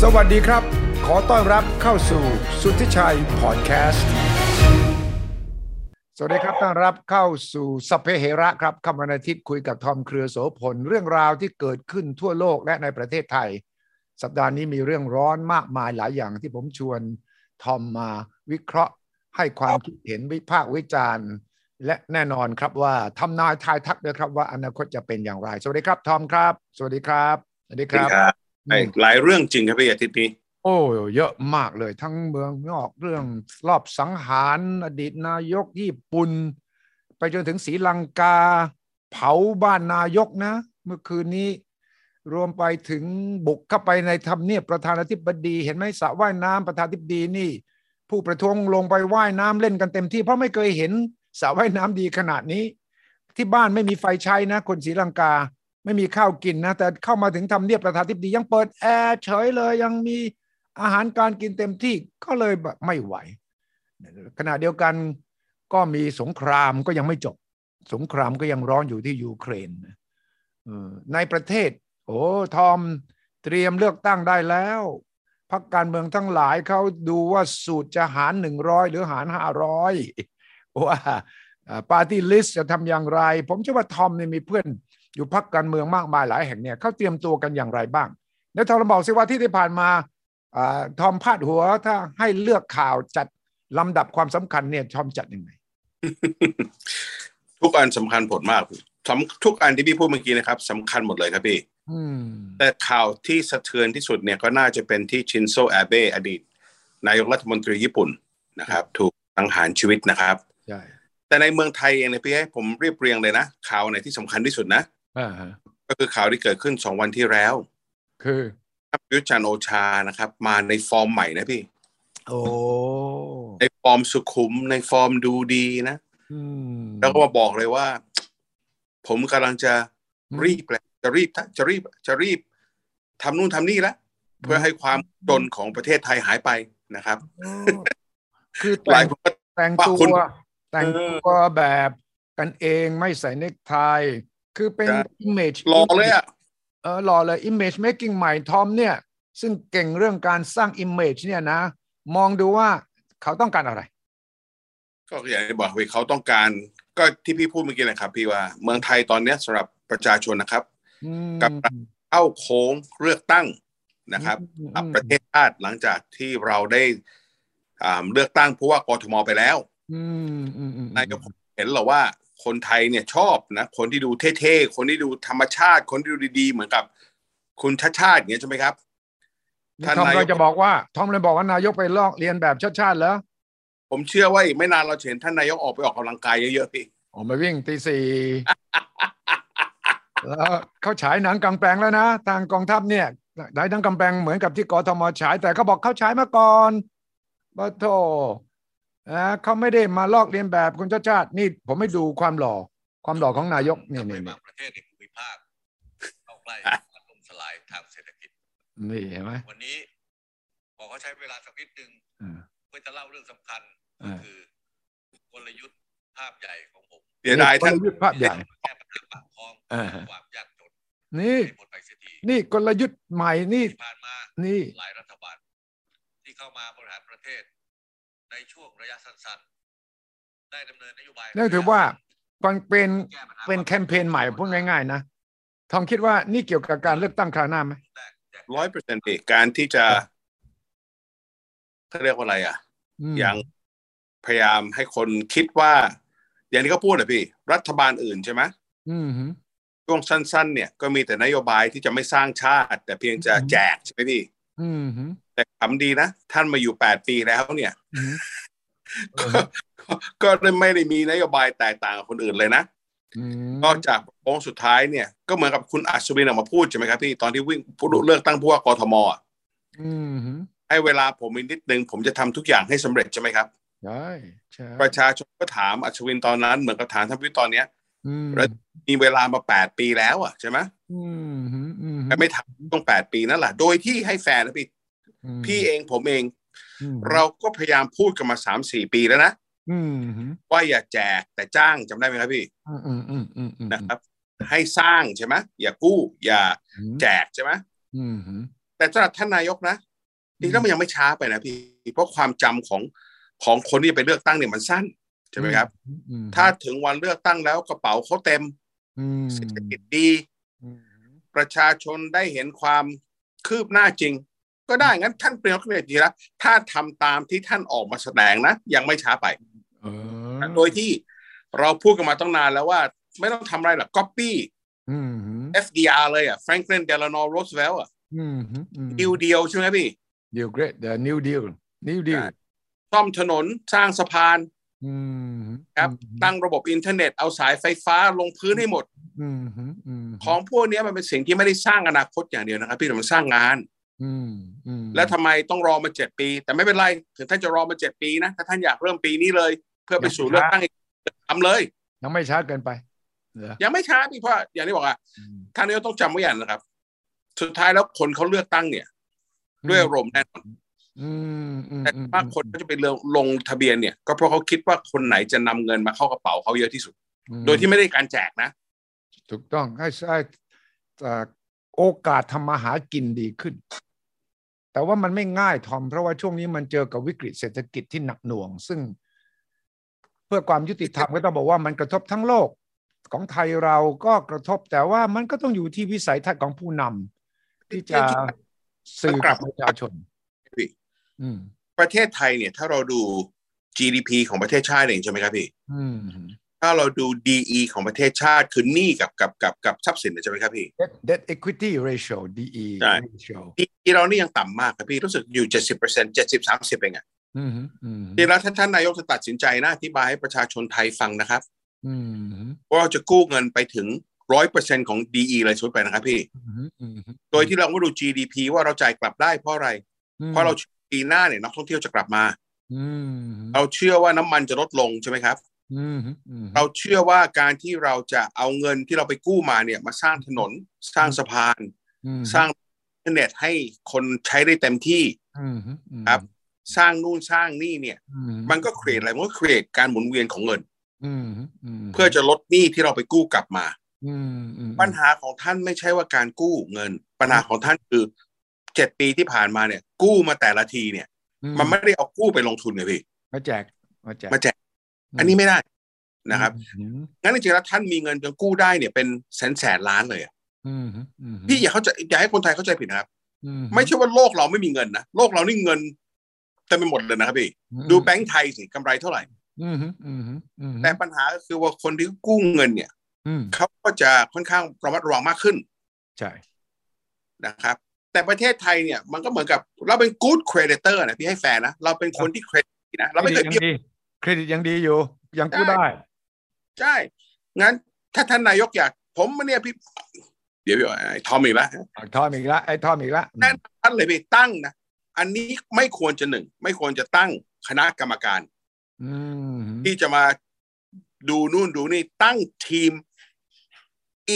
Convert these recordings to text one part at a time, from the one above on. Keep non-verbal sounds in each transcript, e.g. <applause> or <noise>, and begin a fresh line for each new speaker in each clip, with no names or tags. สวัสดีครับ ขอต้อนรับเข้าสู่สุทธิชัยพอดแคสต์ สวัสดีครับต้อนรับเข้าสู่สัพเพเหระครับคำวันอาทิตย์คุยกับทอมเครือโสพลเรื่องราวที่เกิดขึ้นทั่วโลกและในประเทศไทย สัปดาห์นี้มีเรื่องร้อนมากมายหลายอย่างที่ผมชวนทอมมาวิเคราะห์ ให้ความคิดเห็นวิพากษ์วิจารณ์ และแน่นอนครับว่าทำนายทายทักด้วยครับว่าอนาคตจะเป็นอย่างไร สวัสดีครับทอมครับ สวัสดีครับสวัสดีครับ
ใช่หลายเรื่องจริงครับพี่อาทิตย์นี้ <laughs>
โอ้เยอะมากเลยทั้งเมืองนอกเรื่องรอบสังหาร อดีตนายกญี่ปุ่น ไปจนถึงศรีลังกา เผาบ้านนายกนะ เมื่อคืนนี้ รวมไปถึงบุกเข้าไปในทำเนียบประธานาธิบดี เห็นไหมสระว่ายน้ำประธานาธิบดีนี่ ผู้ประท้วงลงไปว่ายน้ำเล่นกันเต็มที่เพราะไม่เคยเห็นสระว่ายน้ำดีขนาดนี้ ที่บ้านไม่มีไฟใช้นะ คนศรีลังกา ไม่มีข้าวกินนะ แต่เข้ามาถึงทำเนียบประธานาธิบดียังเปิดแอร์เฉยเลยยังมี อาหารการกินเต็มที่ก็เลยแบบไม่ไหว ขณะเดียวกันก็มีสงครามก็ยังไม่จบ สงครามก็ยังร้อนอยู่ที่ยูเครนนะเออในประเทศ โอ้ทอมเตรียมเลือกตั้งได้แล้วพรรคการเมืองทั้งหลายเขาดูว่าสูตรจะหารหนึ่งร้อยหรือหารห้าร้อยว่าปาร์ตี้ลิสจะทำอย่างไร ผมเชื่อว่าทอมเนี่ยมีเพื่อนอยู่พรรคการเมืองมากมายหลายแห่งเนี่ยเขาเตรียมตัวกันอย่างไรบ้างเดี๋ยวทอมบอกสิว่าที่ที่ผ่านมา อาทอมพาดหัวถ้าให้เลือกข่าวจัดลำดับความสำคัญเนี่ยทอมจัดยังไง
ทุกอันสำคัญผลมากสำทุกอันที่พี่พูดเมื่อกี้นะครับสำคัญหมดเลยครับพี่
อืม
แต่ข่าวที่สะเทือนที่สุดเนี่ยก็น่าจะเป็นที่ชินโซอาเบะอดีต นายกรัฐมนตรีญี่ปุ่นนะครับ ถูกสังหารชีวิตนะครับ
ใช่
แต่ในเมืองไทยเองเนี่ยพี่ให้ผมเรียบเรียงเลยนะข่าวไหนที่สำคัญที่สุดนะ
อ่าฮะ
ก็คือข่าวที่เกิดขึ้นสองวันที่แล้ว
คือ
ครับประยุทธจันทร์โอชานะครับ มาในฟอร์มใหม่นะพี่
โอ้
ในฟอร์มสุขุม ในฟอร์มดูดีนะ
อืม
แล้วก็มาบอกเลยว่า ผมกำลังจะ รีบแหละจะรีบนะจะรีบจะรีบทำนู่นทำนี่แล้วเพื่อให้ความจนของประเทศไทยหายไปนะครับ
โอ้คือ
ห
แต่
ลาย
ง
คนก็
แต่งตัว แต่งตัวแบบกันเองไม่ใส่เนคไทคือเป็น
ใช่
image
รอเลยอ่ะ
เออหล่อเลย image making ใหม่ทอมเนี่ย ซึ่งเก่งเรื่องการสร้าง image เนี่ยนะ มองดูว่าเขาต้องการอะไร
ก็อย่างที่บอกไปเขาต้องการก็ที่พี่พูดเมื่อกี้นะครับ พี่ว่าเมืองไทยตอนเนี้ยสำหรับประชาชนนะครับ
อืม
กับ เข้าโค้งเลือกตั้งนะครับ
อืม
กับประเทศชาติหลังจากที่เราได้อ่าเลือกตั้งผู้ว่ากทมไปแล้ว
อืมอืมอืม
นายกเห็นเหรอว่าคนไทยเนี่ยชอบนะ คนที่ดูเท่ๆคนที่ดูธรรมชาติ คนที่ดูดีๆ เหมือนกับ คุณชาติชาติอย่างเงี้ยใช่ไหมครับ
ทอม
ท่านนายก
เราจะบอกว่าทอมเลยบอกว่านายกไปลอกเรียนแบบชาติชาติแล้ว
ผมเชื่อว่าอีกไม่นานเราจะเห็นท่านนายกออกไปออกกำลังกายเยอะๆพี่
ออกมาวิ่งตีสี่
<laughs>
แล้วเขาฉายหนังกลางแปลงแล้วนะ ทางกองทัพเนี่ยหลายหนังกลางแปลงเหมือนกับที่กทมฉาย แต่เขาบอกเขาฉายมาก่อนบะโทนะเขาไม่ได้มาลอกเรียนแบบคุณชาติชาตินี่ผมไม่ดูความหล่อ ความหล่อของนายกนี่
ไป
นี่
บางประเทศในภูมิภาคเข้าใก
<laughs>
ล้การล่มสลายทางเศรษฐกิจ
นี่เห็นไหม
วันนี้ขอเขาใช้เวลาสักนิดหนึ่ง
อ่า
เพื่อจะเล่าเรื่องสำคัญ
อ่า
ก็คือกลยุทธ์ภาพใหญ่ของผม
เสียดายท่าน
กลยุทธ์ภาพใหญ่
แก้ปัญหาปากท้อง
อ่าฮะ
ความยากจน
นี่
ให้หมดไปเสียที
นี่กลยุทธ์ใหม่นี่
ที่ผ่านมา
นี่
หลายรัฐบาล ที่เข้ามาบริหารประเทศ ในช่วงระยะสั้นๆ ได้ดำเนินนโยบาย
นั่นถือว่าก่อนเป็น
แก้ปัญหา
เป็นแคมเปญใหม่พูดง่ายๆนะทอมคิดว่านี่เกี่ยวกับการเลือกตั้งคราวหน้าไหม
ร้อยเปอร์เซ็นต์การที่จะ
ครับ
เขาเรียกว่าอะไรอ่ะ
ม
อย่างพยายามให้คนคิดว่า อย่างที่เขาพูดนะพี่ รัฐบาลอื่นใช่ไหม
อืมฮึ
ช่วงสั้น ๆ เนี่ยก็มีแต่นโยบายที่จะไม่สร้างชาติ แต่เพียงจะ
อืม
แจกใช่ไหมพี่
อืมฮึ
แต่ขำดีนะ ท่านมาอยู่ 8 ปีแล้วเนี่ย
อืม
ก็ก็ก็ไม่ได้มีนโยบายแตกต่างกับคนอื่นเลยนะ
อืม
นอกจากโค้งสุดท้ายเนี่ยก็เหมือนกับคุณอัศวินออกมาพูดใช่ไหมครับพี่ตอนที่วิ่งผู้เลือกตั้งผู้ว่ากทมอ่ะ
อืมฮึ
ให้เวลาผมอีกนิดนึงผมจะทำทุกอย่างให้สำเร็จใช่ไหมครับ
ใช่ใช่
ประชาชนก็ถามอัศวินตอนนั้นเหมือนกับถามท่านพิตอนเนี้ย
อืม
รัฐ มีเวลามา 8 ปีแล้วอ่ะใช่ไหม
อืมฮึอืมฮึ
แต่ไม่ทำต้อง 8 ปีนั่นแหละโดยที่ให้แฟนนะพี่
ม
พี่เองผมเอง
อืม
เราก็พยายามพูดกันมา 3 4 ปีแล้วนะ
อืมฮึ
ว่าอย่าแจกแต่จ้างจำได้ไหมครับพี่
อืมอืมอืมอืมอืม
นะครับ ให้สร้างใช่ไหมอย่ากู้อย่าแจกใช่ไหม
อืมฮึ
แต่สำหรับท่านนายกนะ นี่ถ้ามันยังไม่ช้าไปนะพี่เพราะความจำของของคนที่จะไปเลือกตั้งเนี่ยมันสั้นใช่ไหมครับ
อืม
ถ้าถึงวันเลือกตั้งแล้วกระเป๋าเขาเต็ม
อืม
เศรษฐกิจดี ประชาชนได้เห็นความคืบหน้าจริง ก็ได้งั้นท่านเปรียบเทียบดีละถ้าทำตามที่ท่านออกมาแสดงนะ ยังไม่ช้าไป
เออ
โดยที่เราพูดกันมาตั้งนานแล้วว่า ไม่ต้องทำอะไรหรอก copy
อืม
FDR เลยอ่ะ Franklin Delano Roosevelt อ่ะ
อืมอืม
ดิวเดียวใช่ไหมพี่
Deal Great The New Deal New Deal
ใช่ ซ่อมถนนสร้างสะพาน
อืม
ครับ ตั้งระบบอินเทอร์เน็ตเอาสายไฟฟ้าลงพื้นให้หมด
อืมอืม
ของพวกเนี้ยมันเป็นสิ่งที่ไม่ได้สร้างอนาคตอย่างเดียวนะครับ พี่แต่มันสร้างงาน
อืมอืม
แล้วทำไมต้องรอมาเจ็ดปี แต่ไม่เป็นไรถึงท่านจะรอมาเจ็ดปีนะ ถ้าท่านอยากเริ่มปีนี้เลย เพื่อไปสู่เลือกตั้งอีกทำเลย
ยังไม่ช้าเกินไปเหรอ
ยังไม่ช้าพี่เพราะอย่างที่บอกอะ
อืม
ท่านนายกต้องจำไว้อย่างนะครับ สุดท้ายแล้วคนเขาเลือกตั้งเนี่ย ด้วยอารมณ์แน่นอน
อืมอืม
แต่
อืม
ว่าคนก็จะไปเลือกลงทะเบียนเนี่ย ก็เพราะเขาคิดว่าคนไหนจะนำเงินมาเข้ากระเป๋าเขาเยอะที่สุด
อืม
โดยที่ไม่ได้การแจกนะ
ถูกต้องให้ให้เอ่อโอกาสทำมาหากินดีขึ้น แต่ว่ามันไม่ง่ายทอม เพราะว่าช่วงนี้มันเจอกับวิกฤตเศรษฐกิจที่หนักหน่วง ซึ่ง เพื่อความยุติธรรมก็ต้องบอกว่ามันกระทบทั้งโลกของไทยเราก็กระทบ แต่ว่ามันก็ต้องอยู่ที่วิสัยทัศน์ของผู้นำที่จะสื่อกับประชาชน อืม
ประเทศไทยเนี่ย ถ้าเราดู GDP ของประเทศชาติเองใช่ไหมครับพี่
อืม
ถ้าเราดู DE ของประเทศชาติคือหนี้กับกับกับกับทรัพย์สินเนี่ยใช่ไหมครับพี่
debt debt equity ratio DE
ใช่
ratio
ที่เรานี่ยังต่ำมากครับพี่รู้สึกอยู่ 70% 70 30เองอะ
อืมอืม
ที่แล้วถ้าท่านนายกจะตัดสินใจนะอธิบายให้ประชาชนไทยฟังนะครับ
อืม
ว่าเราจะกู้เงินไปถึง 100%ของ DE เลยสุดไปนะครับพี่
อืมอืม
โดยที่เราไม่ดู GDP ว่าเราจ่ายกลับได้เพราะอะไร เพราะเราปีหน้าเนี่ยนักท่องเที่ยวจะกลับมา
อืม
เราเชื่อว่าน้ำมันจะลดลงใช่ไหมครับ
อืมอืม
เราเชื่อว่าการที่เราจะเอาเงินที่เราไปกู้มาเนี่ยมาสร้างถนน สร้างสะพาน
อืม
สร้างอินเทอร์เน็ตให้คนใช้ได้เต็มที่
อืมอืม
ครับ สร้างนู่นสร้างนี่เนี่ย
อื
มันก็เครียดอะไรมันก็เครียดการหมุนเวียนของเงิน
อืมม
เพื่อจะลดหนี้ที่เราไปกู้กลับมา
อืมอืม
ปัญหาของท่านไม่ใช่ว่าการกู้เงิน ปัญหาของท่านคือเจ็ดปีที่ผ่านมาเนี่ย กู้มาแต่ละทีเนี่ย
อื
มันไม่ได้เอากู้ไปลงทุนไงพี่
มาแจกมาแจก
มาแจกอันนี้ไม่ได้นะครับ
อืม
งั้นจริงๆแล้วท่านมีเงินจนกู้ได้เนี่ยเป็นแสนแสนๆล้านเลยอะ
อืมอืม
พี่อย่าเข้าใจอย่าให้คนไทยเข้าใจผิดนะครับ
อื
ไม่ใช่ว่าโลกเราไม่มีเงินนะโลกเรานี่เงินเต็มไปหมดเลยนะครับพี่ดูแบงก์ไทยสิกำไรเท่าไหร่
อืมอืมอืม
แต่ปัญหาก็คือว่าคนที่กู้เงินเนี่ย
อืม
เขาก็จะค่อนข้างระมัดระวังมากขึ้น
ใช่
นะครับ แต่ประเทศไทยเนี่ยมันก็เหมือนกับเราเป็น good creditor นะพี่ให้แฟนนะ เราเป็นคนที่เครดิตนะ เราไม่เคยเบี้ยว
เครดิตยังดีอยู่ ยังกู้ได้
ใช่ งั้นถ้าท่านนายกอยาก ผมเนี่ยพี่ เดี๋ยวพี่ไอ้ทอมอีกแล้ว
ทอมอีกละไอ้ทอมอีกละ
ท่านเลยพี่ตั้งนะ อันนี้ไม่ควรจะหนึ่ง ไม่ควรจะตั้งคณะกรรมการ
อืม
ที่จะมาดูนู่นดูนี่ตั้งทีม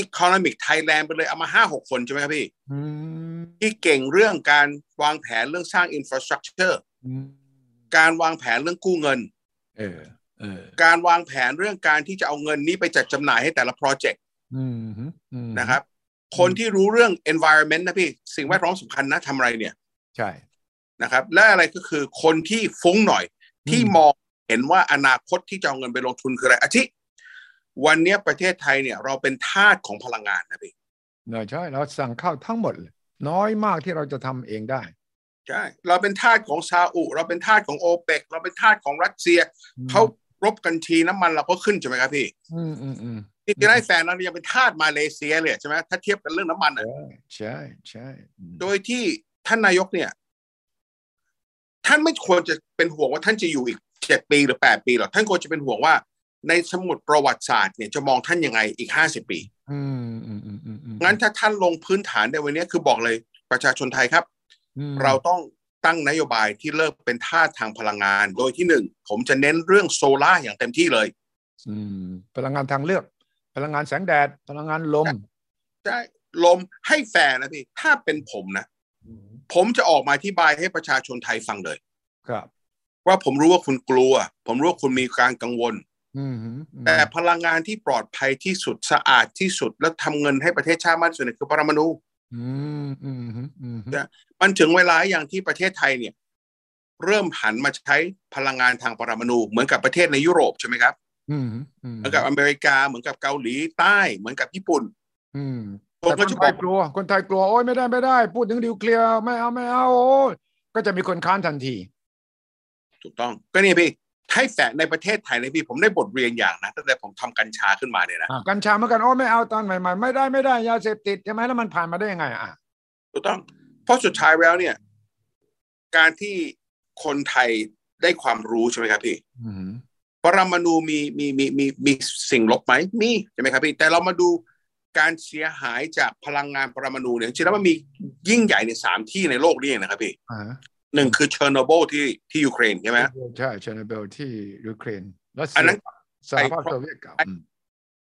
Economic Thailand ไปเลยเอามาห้าหกคนใช่ไหมครับพี่
อืม
ที่เก่งเรื่องการวางแผนเรื่องสร้างอินฟราสตรักเจอร์การวางแผนเรื่องกู้เงิน
เออเออ
การวางแผนเรื่องการที่จะเอาเงินนี้ไปจัดจำหน่ายให้แต่ละโปรเจกต์
อืม
นะครับ คนที่รู้เรื่อง environment นะพี่ สิ่งแวดล้อมสำคัญนะทำอะไรเนี่ย
ใช่
นะครับ และอะไรก็คือคนที่ฟุ้งหน่อย ที่มองเห็นว่าอนาคตที่จะเอาเงินไปลงทุนคืออะไรอาทิวันเนี้ยประเทศไทยเนี่ย เราเป็นทาสของพลังงานนะพี่
เนอะใช่เราสั่งเข้าทั้งหมดเลยน้อยมากที่เราจะทำเองได้
ใช่เราเป็นทาสของซาอุเราเป็นทาสของโอเปกเราเป็นทาสของรัสเซีย เขารบกันทีน้ำมันเราก็ขึ้นใช่ไหมครับพี่
อืมอืมอืม
นี่จะได้แฟนเราเนี่ยยังเป็นทาสมาเลเซียเลยใช่ไหมถ้าเทียบกันเรื่องน้ำมันอ่ะ
ใช่ใช่อืม
โดยที่ท่านนายกเนี่ย ท่านไม่ควรจะเป็นห่วงว่าท่านจะอยู่อีกเจ็ดปีหรือแปดปีหรอกท่านควรจะเป็นห่วงว่า ในสมุดประวัติศาสตร์เนี่ยจะมองท่านยังไงอีกห้าสิบปี
อืมอืมอืมอืมอืม
งั้นถ้าท่านลงพื้นฐานในวันนี้คือบอกเลยประชาชนไทยครับ
อืม
เราต้องตั้งนโยบายที่เลิกเป็นท่าสทางพลังงาน โดยที่หนึ่งผมจะเน้นเรื่องโซลาร์อย่างเต็มที่เลย
อืมพลังงานทางเลือก พลังงานแสงแดด พลังงานลม
ใช่ลมให้แฟร์นะพี่ ถ้าเป็นผมนะ ผมจะออกมาอธิบายให้ประชาชนไทยฟังเลย
ครับ
ว่าผมรู้ว่าคุณกลัว ผมรู้ว่าคุณมีการกังวล
อืมอืม
แต่พลังงานที่ปลอดภัยที่สุดสะอาดที่สุด และทำเงินให้ประเทศชาติมากที่สุดเนี่ยคือปรมาณู
อืมอืมอืมอืม
มันถึงเวลาอย่างที่ประเทศไทยเนี่ย เริ่มหันมาใช้พลังงานทางปรมาณูเหมือนกับประเทศในยุโรปใช่ไหมครับ
อืมอืม
เหมือนกับอเมริกาเหมือนกับเกาหลีใต้ เหมือนกับญี่ปุ่น
อืม
ผ
แต่
ม
ค
ก็
น
จะ
ไท
บอย ก
กลัว คนไทยกลัว โอ้ยไม่ได้ไม่ได้ พูดถึงนิวเคลียร์ไม่เอาไม่เอาโอ้ยก็จะมีคนค้านทันที
ถูกต้อง ก็เนี่ยพี่ให้แฝงในประเทศไทยเลยพี่ผมได้บทเรียนอย่างนะตั้งแต่ผมทำกัญชาขึ้นมาเนี่ยนะ
อ่ะกัญชาเหมือนกันโอ้ยไม่เอาตอนใหม่ๆ ไม่ได้ไม่ได้ยาเสพติดใช่ไหมแล้วมันผ่านมาได้ยังไงอ่ะ
ถูกต้อง เพราะสุดท้ายแล้วเนี่ย การที่คนไทยได้ความรู้ใช่ไหมครับพี่
อืม
ปรมาณูมีมีมีมีมีสิ่งลบไหมมีใช่ไหมครับพี่แต่เรามาดูการเสียหายจากพลังงานปรมาณูเนี่ยจริงๆแล้วมันมียิ่งใหญ่ในสามที่ในโลกนี้เองนะครับพี่
อ่า
หนึ่งคือเชอร์โนบ l ที่ที่ยูเครนใช่ไหม
ใช่เชอร์โนเบลที่ยูเครนรัส
อัน
เซี
นั้
ย
น
สหภาพโซเวียตเก่าอืม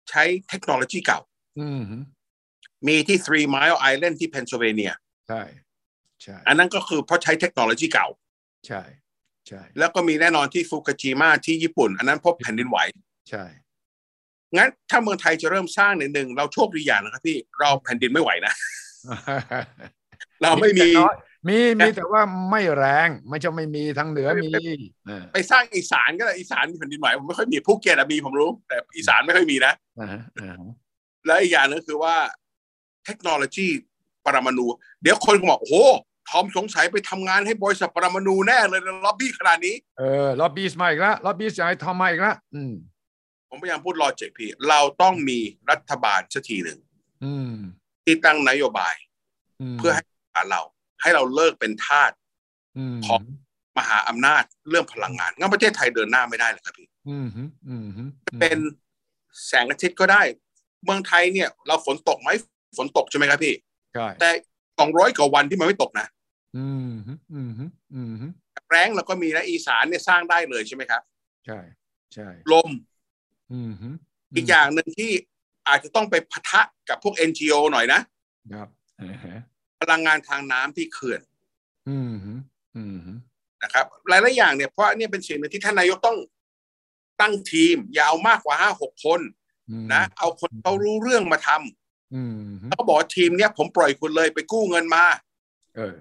ใช้เทคโนโลยีเก่า
อืม
มีที่ Three Mile Island ที่เพนซิลเวเนีย
ใช่ใช่
อันนั้นก็คือเพราะใช้เทคโนโลยีเก่า
ใช่ใช่
แล้วก็มีแน่นอนที่ฟุก u จิม a ที่ญี่ปุ่น อันนั้นพบแผ่นดินไหว
ใช่
งั้นถ้าเมืองไทยจะเริ่มสร้างเนี่ยหนึ่งเราโชคดีอย่างนะครับพี่เราแผ่นดินไม่ไหวนะ เราไม่มี
แต่น้อยมีมีแต่ว่าไม่แรงไม่จะไม่มีทางเหนือมีอ่า
ไปสร้างอีสานก็ได้อีสานมีแผ่นดินไหวผมไม่ค่อยมีภูเก็ตอะมีผมรู้ แต่อีสานไม่ค่อยมีนะ
อ่าฮะอ่าฮะ
และอีกอย่างหนึงคือว่า เทคโนโลยีปรมาณูเดี๋ยวคนก็บอกโอ้โหทอมสงสัยไปทำงานให้บริษัทปรมาณูแน่เลยล็อบบี้ขนาดนี้
เออล็อบบี้มาอีกแล้วล็อบบี้จะให้ทอมมาอีกแล้วอืม
ผมพยายามพูดลอจิกพี่ เราต้องมีรัฐบาลสักทีหนึ่ง
อืม
ที่ตั้งนโยบาย
ม
เพื่อให้ผ่านเรา ให้เราเลิกเป็นทาส
ม
ของ มหาอำนาจเรื่องพลังงานงั้นประเทศไทยเดินหน้าไม่ได้เลยครับพี่
อืมฮึอืมฮึ
เป็นแสงอาทิตย์ก็ได้ เมืองไทยเนี่ย เราฝนตกไหมฝนตกใช่ไหมครับพี่
ใช่
แต่สองร้อยกว่าวันที่มันไม่ตกนะ
อืมฮึอืมฮึอืมฮึ
แรงเราก็มีนะอีสานเนี่ยสร้างได้เลยใช่ไหมครับ
ใช่ใช่
ลม
อืมฮึ
อีกอย่างหนึ่งที่อาจจะต้องไปพะทะกับพวก NGO หน่อยนะครับ
อ่าฮะ
พลังงานทางน้ำที่เขื่อน
อืมฮึอืมฮึ
นะครับ หลายๆอย่างเนี่ยเพราะอันเนี่ยเป็นสิ่งหนึ่งที่ท่านนายกต้องตั้งทีม อย่าเอามากกว่าห้าหกคน
อืม
นะ เอาคนเขารู้เรื่องมาทำ
อืมฮึ
แล้วก็บอกว่าทีมเนี้ยผมปล่อยคุณเลยไปกู้เงินมา
เออ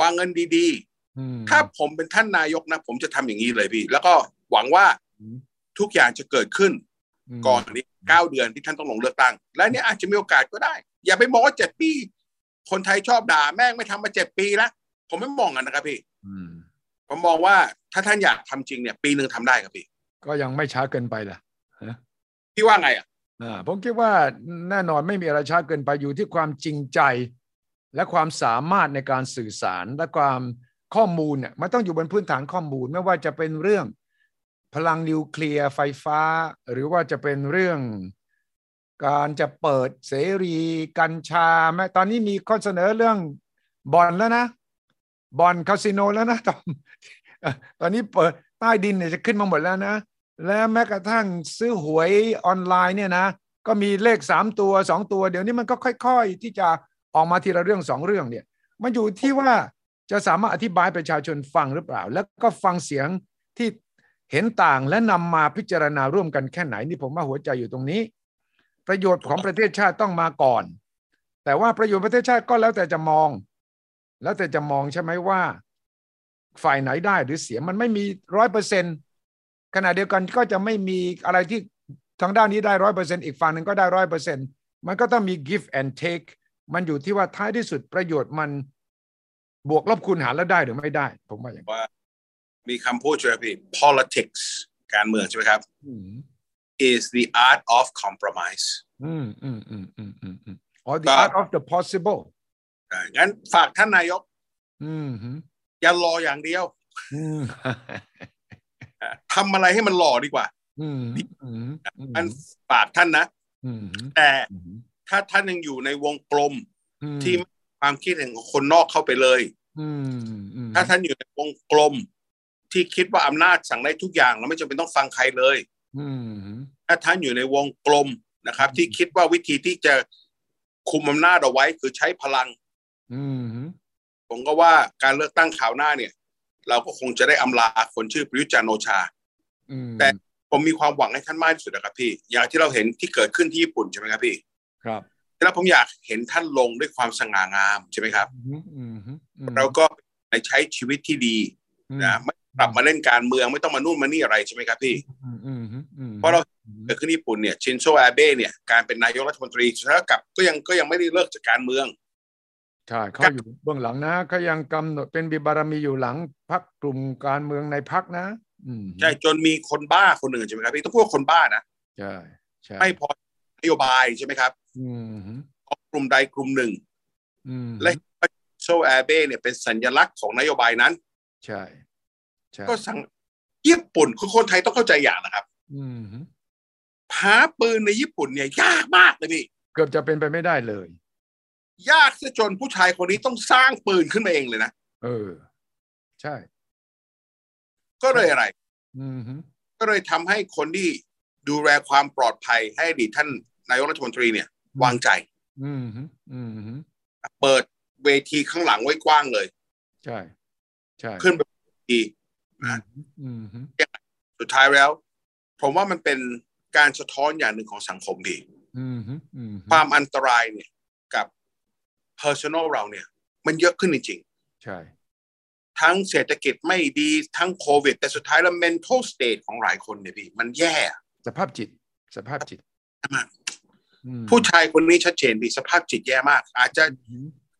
วางเงินดี
อืม
ๆ ถ้าผมเป็นท่านนายกนะ ผมจะทำอย่างนี้เลยพี่ แล้วก็หวังว่าทุกอย่างจะเกิดขึ้น
ม
ก่อนนี้เก้าเดือนที่ท่านต้องลงเลือกตั้ง และเนี่ยอาจจะมีโอกาสก็ได้ อย่าไปมองว่าเจ็ดปี คนไทยชอบด่าแม่งไม่ทำมาเจ็ดปีละผมไม่มองกันนะครับพี่
อืม
ผมมองว่าถ้าท่านอยากทำจริงเนี่ย ปีหนึ่งทำได้ครับพี่
ก็ยังไม่ช้าเกินไปล่ะ
พี่ว่าไงอ่ะ
อ่าผมคิดว่าแน่นอนไม่มีอะไรช้าเกินไปอยู่ที่ความจริงใจ และความสามารถในการสื่อสารและความข้อมูลเนี่ยมันต้องอยู่บนพื้นฐานข้อมูลไม่ว่าจะเป็นเรื่อง พลังนิวเคลียร์ไฟฟ้า หรือว่าจะเป็นเรื่อง การจะเปิดเสรีกัญชาแม้ตอนนี้มีข้อเสนอเรื่องบอลแล้วนะบอลคาสิโนแล้วนะต <laughs> อนเอ่อตอนนี้เปิดใต้ดินเนี่ยจะขึ้นมาหมดแล้วนะ และแม้กระทั่งซื้อหวยออนไลน์เนี่ยนะ ก็มีเลขสามตัวสองตัว เดี๋ยวนี้มันก็ค่อยๆ ที่จะออกมาทีละเรื่องสองเรื่องเนี่ย มันอยู่ที่ว่าจะสามารถอธิบายประชาชนฟังหรือเปล่า แล้วก็ฟังเสียงที่เห็นต่างและนำมาพิจารณาร่วมกันแค่ไหนนี่ผมว่าหัวใจอยู่ตรงนี้ ประโยชน์ของประเทศชาติต้องมาก่อน แต่ว่าประโยชน์ประเทศชาติก็แล้วแต่จะมอง แล้วแต่จะมองใช่ไหมว่า ฝ่ายไหนได้หรือเสียมันไม่มีร้อยเปอร์เซ็นขณะเดียวกันก็จะไม่มีอะไรที่ทางด้านนี้ได้ร้อยเปอร์เซ็นอีกฝั่งหนึ่งก็ได้ร้อยเปอร์เซ็นมันก็ต้องมี give and take มันอยู่ที่ว่าท้ายที่สุดประโยชน์มันบวกลบคูณหารแล้วได้หรือไม่ได้ ผมว่าอย่างนั้น
มีคำพูดใช่ไหมพี่ politics การเมืองใช่ไหมครับ
อืม
is the art of compromise
อืมอืมอืมอืมอืมอืม or the art of the possible
อ่างั้นฝากท่านนายก
อืมฮึ
อย่ารออย่างเดียว
อืม
อ่าทำอะไรให้มันหล่อดีกว่า
อืมอืมอืม
อันฝากท่านนะ
อืม
แต่
อืม
ถ้าท่านยังอยู่ในวงกลม
อืม
ที่ไม่ให้ความคิดเห็นของคนนอกเข้าไปเลย
อืมอืม
ถ้าท่านอยู่ในวงกลม ที่คิดว่าอำนาจสั่งได้ทุกอย่างเราไม่จำเป็นต้องฟังใครเลย
อืม
ถ้าท่านอยู่ในวงกลมนะครับ ที่คิดว่าวิธีที่จะคุมอำนาจเอาไว้ คือใช้พลัง
อืม
ผมก็ว่าการเลือกตั้งข่าวหน้าเนี่ย เราก็คงจะได้อำลาคนชื่อประยุทธ์จันทร์โอชา
อืม
แต่ ผมมีความหวังให้ท่านมากที่สุดนะครับพี่ อย่างที่เราเห็นที่เกิดขึ้นที่ญี่ปุ่นใช่ไหมครับพี่
ครับ
ใน แล้วผมอยากเห็นท่านลงด้วยความสง่างามใช่ไหมครับ
อืมอืมอืมอืม
เราก็ไปใช้ชีวิตที่ดี
อืม
นะไม่กลับมาเล่นการเมืองไม่ต้องมานู่นมานี่อะไรใช่ไหมครับพี่
อืมอืมอืมอืม
เพราะเรา เกิดขึ้นญี่ปุ่นเนี่ยชินโซอาเบะเนี่ยการเป็นนายกรัฐมนตรีแล้วกลับก็ยังก็ยังไม่ได้เลิกจากการเมือง
ใช่เขาอยู่เบื้องหลังนะเขายังกำหนดเป็นบิบารมีอยู่หลังพักกลุ่มการเมืองในพักนะอืม
ใช่จนมีคนบ้าคนหนึ่งใช่ไหมครับพี่ต้องพูดว่าคนบ้านะ
ใช่ใช่
ไม่พอนโยบายใช่ไหมครับ
อืม
ของกลุ่มใดกลุ่มหนึ่ง
อืม
และ โซอาเบะเนี่ยเป็นสัญลักษณ์ของนโยบายนั้น
ใช่ใช่
ก็สั่งญี่ปุ่นคือคนไทยต้องเข้าใจอย่างนะครับ
อืม
หาปืนในญี่ปุ่นเนี่ยยากมากเลยพี่
เกือบจะเป็นไปไม่ได้เลย
ยากซะจนผู้ชายคนนี้ต้องสร้างปืนขึ้นมาเองเลยนะ
เออ ใช่
ก็เลยอะไร
อืม
ก็เลยทำให้คนที่ดูแลความปลอดภัยให้อดีตท่านนายกรัฐมนตรีเนี่ยวางใจ
อืมอืม
เปิดเวทีข้างหลังไว้กว้างเลย
ใช่ใช่
ขึ้นไปบนเวที
อืม
สุดท้ายแล้ว ผมว่ามันเป็นการสะท้อนอย่างหนึ่งของสังคมดี
อืมอืม
ความอันตรายเนี่ยกับ personal เราเนี่ย มันเยอะขึ้นจริง
ใช่
ๆ ทั้งเศรษฐกิจไม่ดีทั้งโควิด แต่สุดท้ายแล้ว mental state ของหลายคนเนี่ยพี่ มันแย่
สภาพจิต สภาพจิต
มาก
อืม
ผู้ชายคนนี้ชัดเจนพี่สภาพจิตแย่มาก อาจจะ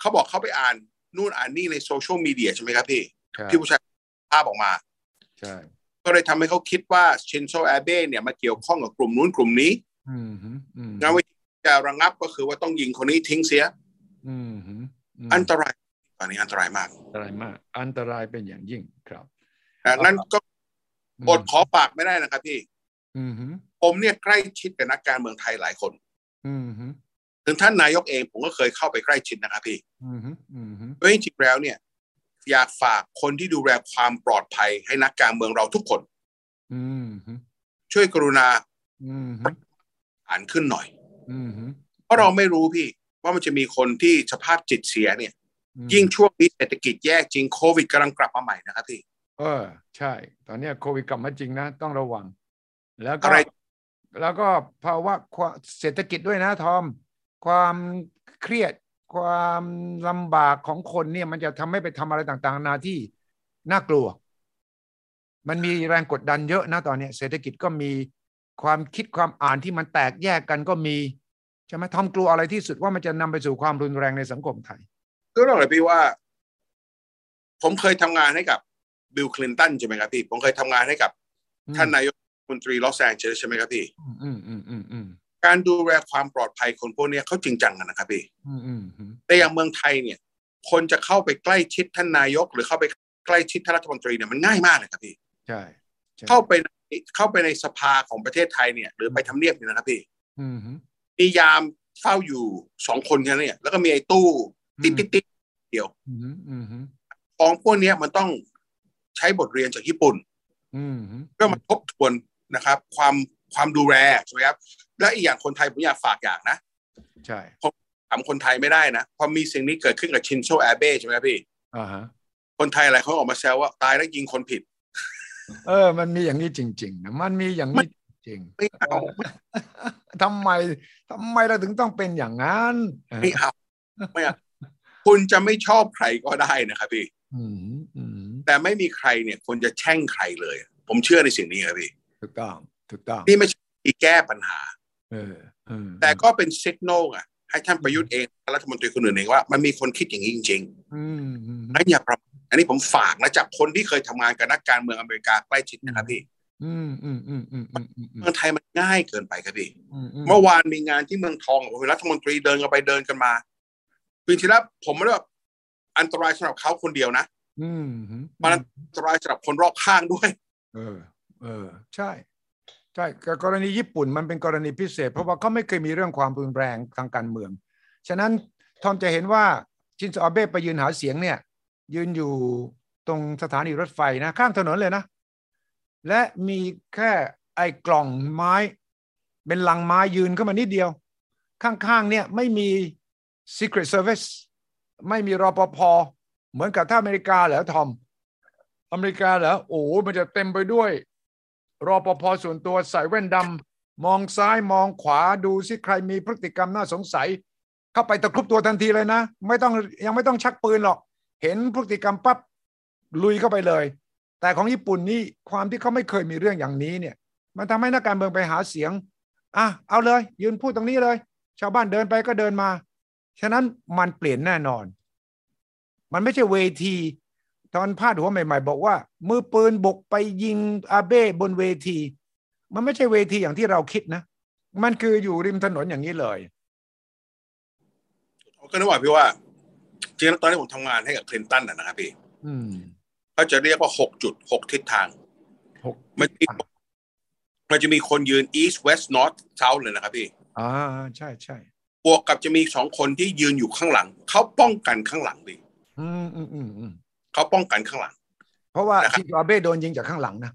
เขาบอกเขาไปอ่านนู่นอ่านนี่ในโซเชียลมีเดียใช่ไหมครับพี่
ใช่
ที่ผู้ชายภาพออกมา
ใช่
ก็เลยทำให้เขาคิดว่าชินโซอาเบะเนี่ยมาเกี่ยวข้องกับกลุ่มนู้นกลุ่มนี้
อืมอืม
งานวิธีจะระงับก็คือว่าต้องยิงคนนี้ทิ้งเสีย
อืม
อันตรายตอนนี้อันตรายมาก
อันตรายมาก อันตรายเป็นอย่างยิ่งครับ
นะนั่นก็
ม
อดขอปากไม่ได้นะครับพี่
อืม
ผมเนี่ยใกล้ชิดกับนักการเมืองไทยหลายคน
อืม
ถึงท่านนายกเองผมก็เคยเข้าไปใกล้ชิดนะครับพี่
อืมอืม
เพราะจริงๆแล้วเนี่ย อยากฝากคนที่ดูแลความปลอดภัยให้นักการเมืองเราทุกคน
อืม
ช่วยกรุณา
อืม
อ่านขึ้นหน่อย
อืม
เพราะเราไม่รู้พี่ ว่ามันจะมีคนที่สภาพจิตเสียเนี่ย ยิ่งช่วงนี้เศรษฐกิจแย่จริงโควิดกำลังกลับมาใหม่นะครับพี่
เออ ใช่ ตอนเนี้ยโควิดกลับมาจริงนะ ต้องระวัง แล้วก็
อะไร
แล้วก็ภาวะความเศรษฐกิจด้วยนะทอม ความเครียดความลำบากของคนเนี่ย มันจะทำให้ไปทำอะไรต่างๆนานาที่น่ากลัว มันมีแรงกดดันเยอะนะตอนเนี้ยเศรษฐกิจก็มีความคิดความอ่านที่มันแตกแยกกันก็มีใช่ไหมทอมกลัวอะไรที่สุดว่ามันจะนำไปสู่ความรุนแรงในสังคมไทย
ก็เรื่องอะไรพี่ว่า ผมเคยทำงานให้กับบิลคลินตันใช่ไหมครับพี่ ผมเคยทำงานให้กับ
อืม
ท่านนายกรัฐมนตรีลอสแอนเจลิสใช่ไหมครับพี่
อืมอืมอืมอืม
การดูแลความปลอดภัยคนพวกเนี้ยเขาจริงจังกันนะครับพี่
อืมอืมอืม
แต่อย่างเมืองไทยเนี่ย คนจะเข้าไปใกล้ชิดท่านนายก หรือเข้าไปใกล้ชิดท่านรัฐมนตรีเนี่ยมันง่ายมากเลยครับพี่
ใช่ใช่
เข้าไปในเข้าไปในสภาของประเทศไทยเนี่ย หรือไปทำเนียบเนี่ยนะครับพี่
อืมอืม
มียามเฝ้าอยู่สองคนแค่นั้นเนี่ยแล้วก็มีไอ้ตู้ติดติดติดเดียว
อืมอืมอืม
ของพวกเนี้ยมันต้องใช้บทเรียนจากญี่ปุ่น
อืมอืม
ก็มาทบทวนนะครับ ความความดูแลใช่ไหมครับ และอีกอย่างคนไทยผมอยากฝากอย่างนะ
ใช่
ถามคนไทยไม่ได้นะพอมีสิ่งนี้เกิดขึ้นกับชินโซอาเบะใช่ไหมครับพี่
อ่าฮะ
คนไทยหลายคนออกมาแซวว่าตายแล้วยิงคนผิด
เออ มันมีอย่างนี้จริงๆนะมันมีอย่างนี้จริง
ไม่
ๆเอ
เอา
อทำไมทำไมเราถึงต้องเป็นอย่างนั้นเออ
ไม่เอาไม่เอาคุณจะไม่ชอบใครก็ได้นะครับพี่
อืมอืม
แต่ไม่มีใครเนี่ยคนจะแช่งใครเลย ผมเชื่อในสิ่งนี้ครับพี่
ถูกต้องถูกต้อง
นี่ไม่ใช่วิธีแก้ปัญหา
เออเออ
แต่ก็เป็นสัญญาณอะให้ท่านประยุทธ์เองรัฐมนตรีคนอื่นเองว่ามันมีคนคิดอย่างนี้จริงๆ
อืมอืม
นั้นอย่าประมาทอันนี้ผมฝากนะจากคนที่เคยทำงานกับนักการเมืองอเมริกาใกล้ชิดนะครับพี่
อืมอืมอืมอืมอืมอืมอื
เมืองไทยมันง่ายเกินไปครับพี่
มอืม
เมื่อวานมีงานที่เมืองทองผมเป็นรัฐมนตรีเดินกันไปเดินกันมาปีที่แล้วผมไม่ได้แบบอันตรายสำหรับเขาคนเดียวนะ
อืม
มัน อันตรายสำหรับคนรอบข้างด้วย
เออ เออ ใช่ ใช่แต่กรณีญี่ปุ่นมันเป็นกรณีพิเศษ เพราะว่าเขาไม่เคยมีเรื่องความรุนแรงทางการเมือง ฉะนั้นทอมจะเห็นว่าชินโซอาเบะไปยืนหาเสียงเนี่ย ยืนอยู่ตรงสถานีรถไฟนะ ข้างถนนเลยนะ และมีแค่ไอ้กล่องไม้ เป็นลังไม้ยืนเข้ามานิดเดียว ข้างๆเนี่ยไม่มี Secret Service ไม่มีรปภเหมือนกับถ้าอเมริกาเหรอทอม อเมริกาเหรอโอ้โหมันจะเต็มไปด้วย รปภส่วนตัวใส่แว่นดำมองซ้ายมองขวาดูสิใครมีพฤติกรรมน่าสงสัย เข้าไปตะครุบตัวทันทีเลยนะ ไม่ต้องยังไม่ต้องชักปืนหรอก เห็นพฤติกรรมปั๊บลุยเข้าไปเลย แต่ของญี่ปุ่นนี่ความที่เขาไม่เคยมีเรื่องอย่างนี้เนี่ย มันทำให้นักการเมืองไปหาเสียงอ่ะเอาเลย ยืนพูดตรงนี้เลย ชาวบ้านเดินไปก็เดินมา ฉะนั้นมันเปลี่ยนแน่นอน มันไม่ใช่เวที ตอนพาดหัวใหม่ ๆ บอกว่า มือปืนบุกไปยิงอาเบ้บนเวที มันไม่ใช่เวทีอย่างที่เราคิดนะ มันคืออยู่ริมถนนอย่างนี้เลย
ผมก็นึกว่าพี่ว่าจริงๆแล้วตอนที่ผมทำงานให้กับคลินตันนะนะครับพี่
อืม
เขาจะเรียกว่าหกจุดหกทิศทาง
หก
มันจะมีมันจะมีคนยืน east west north south เลยนะครับพี่
อ่าใช่ใช่
บวกกับจะมีสองคนที่ยืนอยู่ข้างหลัง เขาป้องกันข้างหลังดิ
อืมอืมอืมอืม
เขาป้องกันข้างหลัง
เพราะว่า
นะครับ
ชินโดอาเบ้โดนยิงจากข้างหลังนะ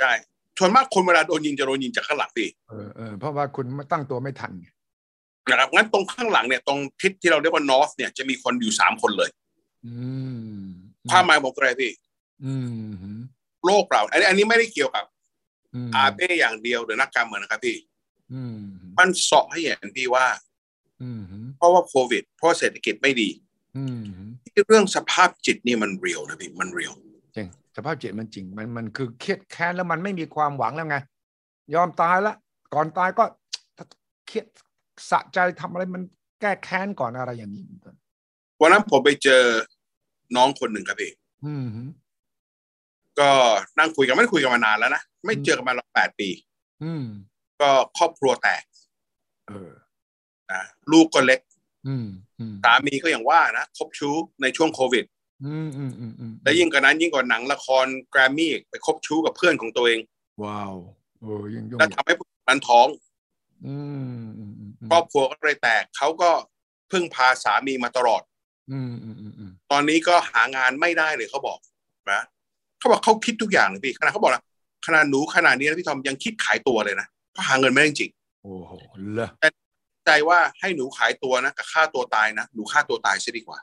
ใช่ส่วนมากคนเวลาโดนยิงจะโดนยิงจากข้างหลังพี่
เออเออเพราะว่าคุณไม่ตั้งตัวไม่ทันไง
นะครับงั้นตรงข้างหลังเนี่ยตรงทิศที่เราเรียกว่า north เนี่ยจะมีคนอยู่สามคนเลย
อืม
ความหมายผมก็เลยพี่
อืมอืม
โลกเรา อันนี้อันนี้ไม่ได้เกี่ยวกับ
อืม
อาเป้อย่างเดียวหรือนักการเมืองนะครับพี่
อืม
มันเสาะให้เห็นพี่ว่า
อืม
เพราะว่าโควิด เพราะเศรษฐกิจไม่ดี
อืม
ที่เรื่องสภาพจิตนี่มันเรียลนะพี่มันเรียล
จริงสภาพจิตมันจริง มันมันคือเครียดแค้นแล้วมันไม่มีความหวังแล้วไง ยอมตายละก่อนตายก็เครียดสะใจทำอะไรมันแก้แค้นก่อนอะไรอย่างนี้เป็นต้น
วันนั้นผมไปเจอน้องคนหนึ่งครับพี่
อืม
ก็นั่งคุยกันไม่ได้คุยกันมานานแล้วนะ ไม่เจอกันมาหลายแปดปี
อืม
ก็ครอบครัวแตก
เออ
นะลูกก็เล็ก
อืมอืม
สามีก็อย่างว่านะคบชู้ในช่วงโควิด
อืมอืมอืมอืม
และยิ่งกว่านั้นยิ่งกว่าหนังละครแกรมมี่อีกไปคบชู้กับเพื่อนของตัวเอง
ว้าวเออยิ่งยุ่ง
และทำให้มันท้อง
อืมอืมอืม
ครอบครัวก็เลยแตกเขาก็พึ่งพาสามีมาตลอด
อืมอืมอืมอืม
ตอนนี้ก็หางานไม่ได้เลยเขาบอกนะเขาบอกเขาคิดทุกอย่างเลยพี่ขนาดเขาบอกนะขนาดหนูขนาดนี้นะพี่ทอมยังคิดขายตัวเลยนะเพราะหาเงินไม่ได้จริง
โอ้โหเลอะ
ใจว่าให้หนูขายตัวนะกับฆ่าตัวตายนะหนูฆ่าตัวตายซะดีกว่า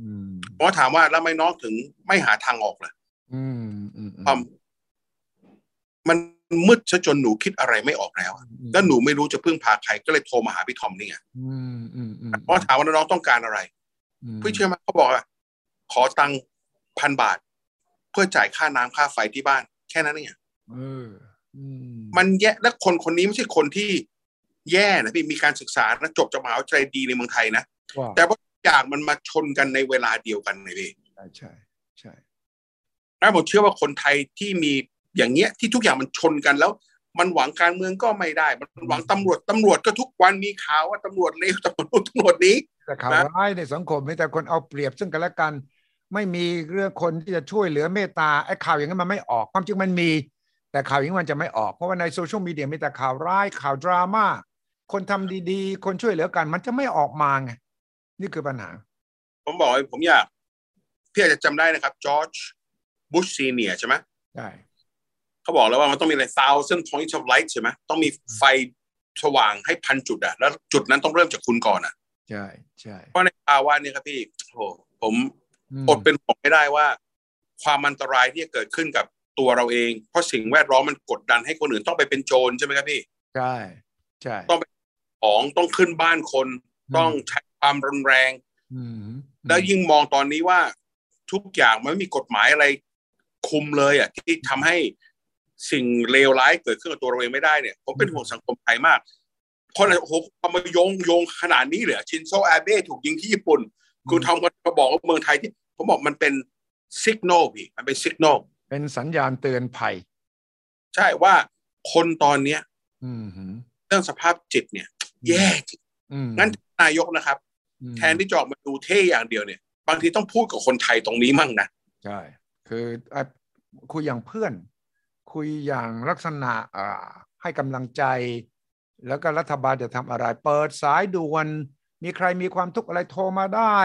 อืม
เพราะถามว่าแล้วทำไม่น้องถึงไม่หาทางออกเลย
อืมอืมอืม
ทอมมันมืดซะจนหนูคิดอะไรไม่ออกแล้วอะแล้วหนูไม่รู้จะพึ่งพาใครก็เลยโทรมาหาพี่ทอมนี่ไง
อืมอืมอืม
เพราะถามว่าน้องต้องการอะไร
ม
พี่เชื่อไหมเขาบอกว่าขอตังค์พันบาท เพื่อจ่ายค่าน้ำค่าไฟที่บ้าน แค่นั้นเอง
เอออืม
มันแย่และคนคนนี้ไม่ใช่คนที่แย่นะพี่มีการศึกษานะจบจากมหาวิทยาลัยดีในเมืองไทยนะ
ว่า
แต่ว่าทุกอย่างมันมาชนกันในเวลาเดียวกันเลยพี่
ใช่ใช่ใช่
แล้วผมเชื่อว่าคนไทยที่มีอย่างเงี้ยที่ทุกอย่างมันชนกันแล้ว มันหวังการเมืองก็ไม่ได้ มันหวังตำรวจตำรวจก็ทุกวันมีข่าวว่าตำรวจเลวตำรวจนู้นตำรวจนี้
แต่ข่าวร้ายในสังคมมีแต่คนเอาเปรียบซึ่งกันและกัน ไม่มีเรื่องคนที่จะช่วยเหลือเมตตาไอ้ข่าวอย่างนั้นมันไม่ออกความจริงมันมี แต่ข่าวอย่างนี้มันจะไม่ออกเพราะว่าในโซเชียลมีเดียมีแต่ข่าวร้ายข่าวดราม่าคนทำดีๆ คนช่วยเหลือกันมันจะไม่ออกมาไงนี่คือปัญหา
ผมบอกเลยผมอยากพี่อาจจะจำได้นะครับจอร์จบุชซีเนียใช่ไหม
ใช่
เขาบอกแล้วว่ามันต้องมีอะไร thousand points of light ใช่ไหมต้องมีไฟสว่างให้พันจุดอะแล้วจุดนั้นต้องเริ่มจากคุณก่อนอะ
ใช่ใช่
เพราะในภาวะนี้ครับพี่โอ้ผม
ม
อดเป็นห่วงไม่ได้ว่า ความอันตรายที่จะเกิดขึ้นกับตัวเราเอง เพราะสิ่งแวดล้อมมันกดดันให้คนอื่นต้องไปเป็นโจรใช่ไหมครับพี่
ใช่ใช่
ของต้องขึ้นบ้านคนต้องใช้ความรุนแรง
อืม
แล้วยิ่งมองตอนนี้ว่า ทุกอย่างมันไม่มีกฎหมายอะไรคุมเลยอ่ะที่ทำให้สิ่งเลวร้ายเกิดขึ้นกับตัวเราเองไม่ได้เนี่ยผมเป็นห่วงสังคมไทยมาก คนอาจจะโอ้โหเอามาโยงโยงขนาดนี้เลยเหรอชินโซอาเบะถูกยิงที่ญี่ปุ่น คุณทอมก็มาบอกว่าเมืองไทยที่ผมบอกมันเป็นสัญญาณพี่มันเป็นสัญญาณ
เป็นสัญญาณเตือนภัย
ใช่ว่าคนตอนเนี้ย
อืม
เรื่องสภาพจิตเนี่ย แย่จริง
อืม
งั้นนายกนะครับ แทนที่จะออกมาดูเท่อย่างเดียวเนี่ย บางทีต้องพูดกับคนไทยตรงนี้มั่งนะ
ใช่คืออ่ะคุยอย่างเพื่อน คุยอย่างลักษณะอ่าให้กำลังใจ แล้วก็รัฐบาลจะทำอะไร เปิดสายด่วน มีใครมีความทุกข์อะไรโทรมาได้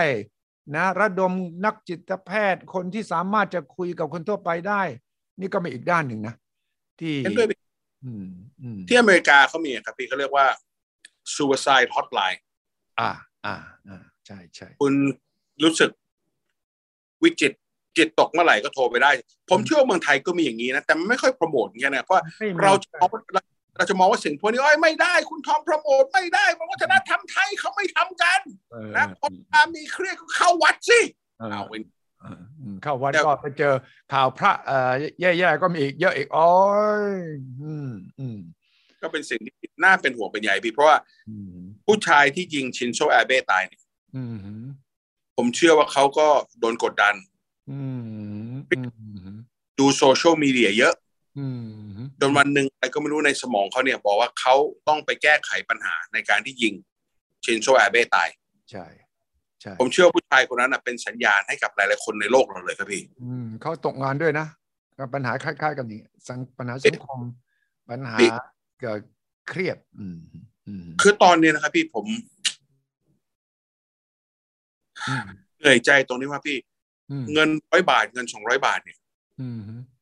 นะระดมนักจิตแพทย์คนที่สามารถจะคุยกับคนทั่วไปได้ นี่ก็เป็นอีกด้านหนึ่งนะ ที่
เห็นด้วยไหม
อืมอืม
ที่อเมริกาเขามีครับพี่เขาเรียกว่า suicide hotline
อ่าอ่าอ่าใช่ใช่
คุณรู้สึกวิจิตจิตตกเมื่อไหร่ก็โทรไปได้ ผมเชื่อว่าเมืองไทยก็มีอย่างนี้นะแต่มันไม่ค่อยโปรโมทอย่างเงี้ยนะเพราะ
ไม่มี
เราจะเอา เราจะมองว่าสิ่งพวกนี้โอ้ยไม่ได้ คุณทอมพระโมทไม่ได้เพราะวัฒนธรรมไทยเขาไม่ทำกัน
เออ
นะคนตามมีเครียดก็เข้าวัดสิ
เออ
เอาเว้ย
เอออืมเข้าวัด
แต่
ก็ไปเจอข่าวพระเอ่อแย่ๆก็มีอีกเยอะอีกโอ้ยอืมอืม
ก็เป็นสิ่งที่น่าเป็นห่วงเป็นใหญ่พี่เพราะว่า
อืม
ผู้ชายที่ยิงชินโซอาเบะตายเนี่ย
อืม
ผมเชื่อว่าเขาก็โดนกดดัน
อืมอืมอืม
ดูโซเชียลมีเดียเยอะ
อืม
จนวันหนึ่งอะไรก็ไม่รู้ในสมองเขาเนี่ย บอกว่าเขาต้องไปแก้ไขปัญหาในการที่ยิงชินโซอาเบะตาย
ใช่ใช่
ผมเชื่อว่าผู้ชายคนนั้นนะเป็นสัญญาณให้กับหลายๆคนในโลกเราเลยครับพี่
อืมเขาตกงานด้วยนะก็ปัญหาคล้าย ๆ กับนี้สังปัญหาสังคมปัญหา
นี่
เกิดเครียด อืมอืม
คือตอนนี้นะครับพี่ผม
อืม
เหนื่อยใจตรงนี้ว่าพี่
อืม
เงินร้อยบาทเงินสองร้อยบาทเนี่ย
อืม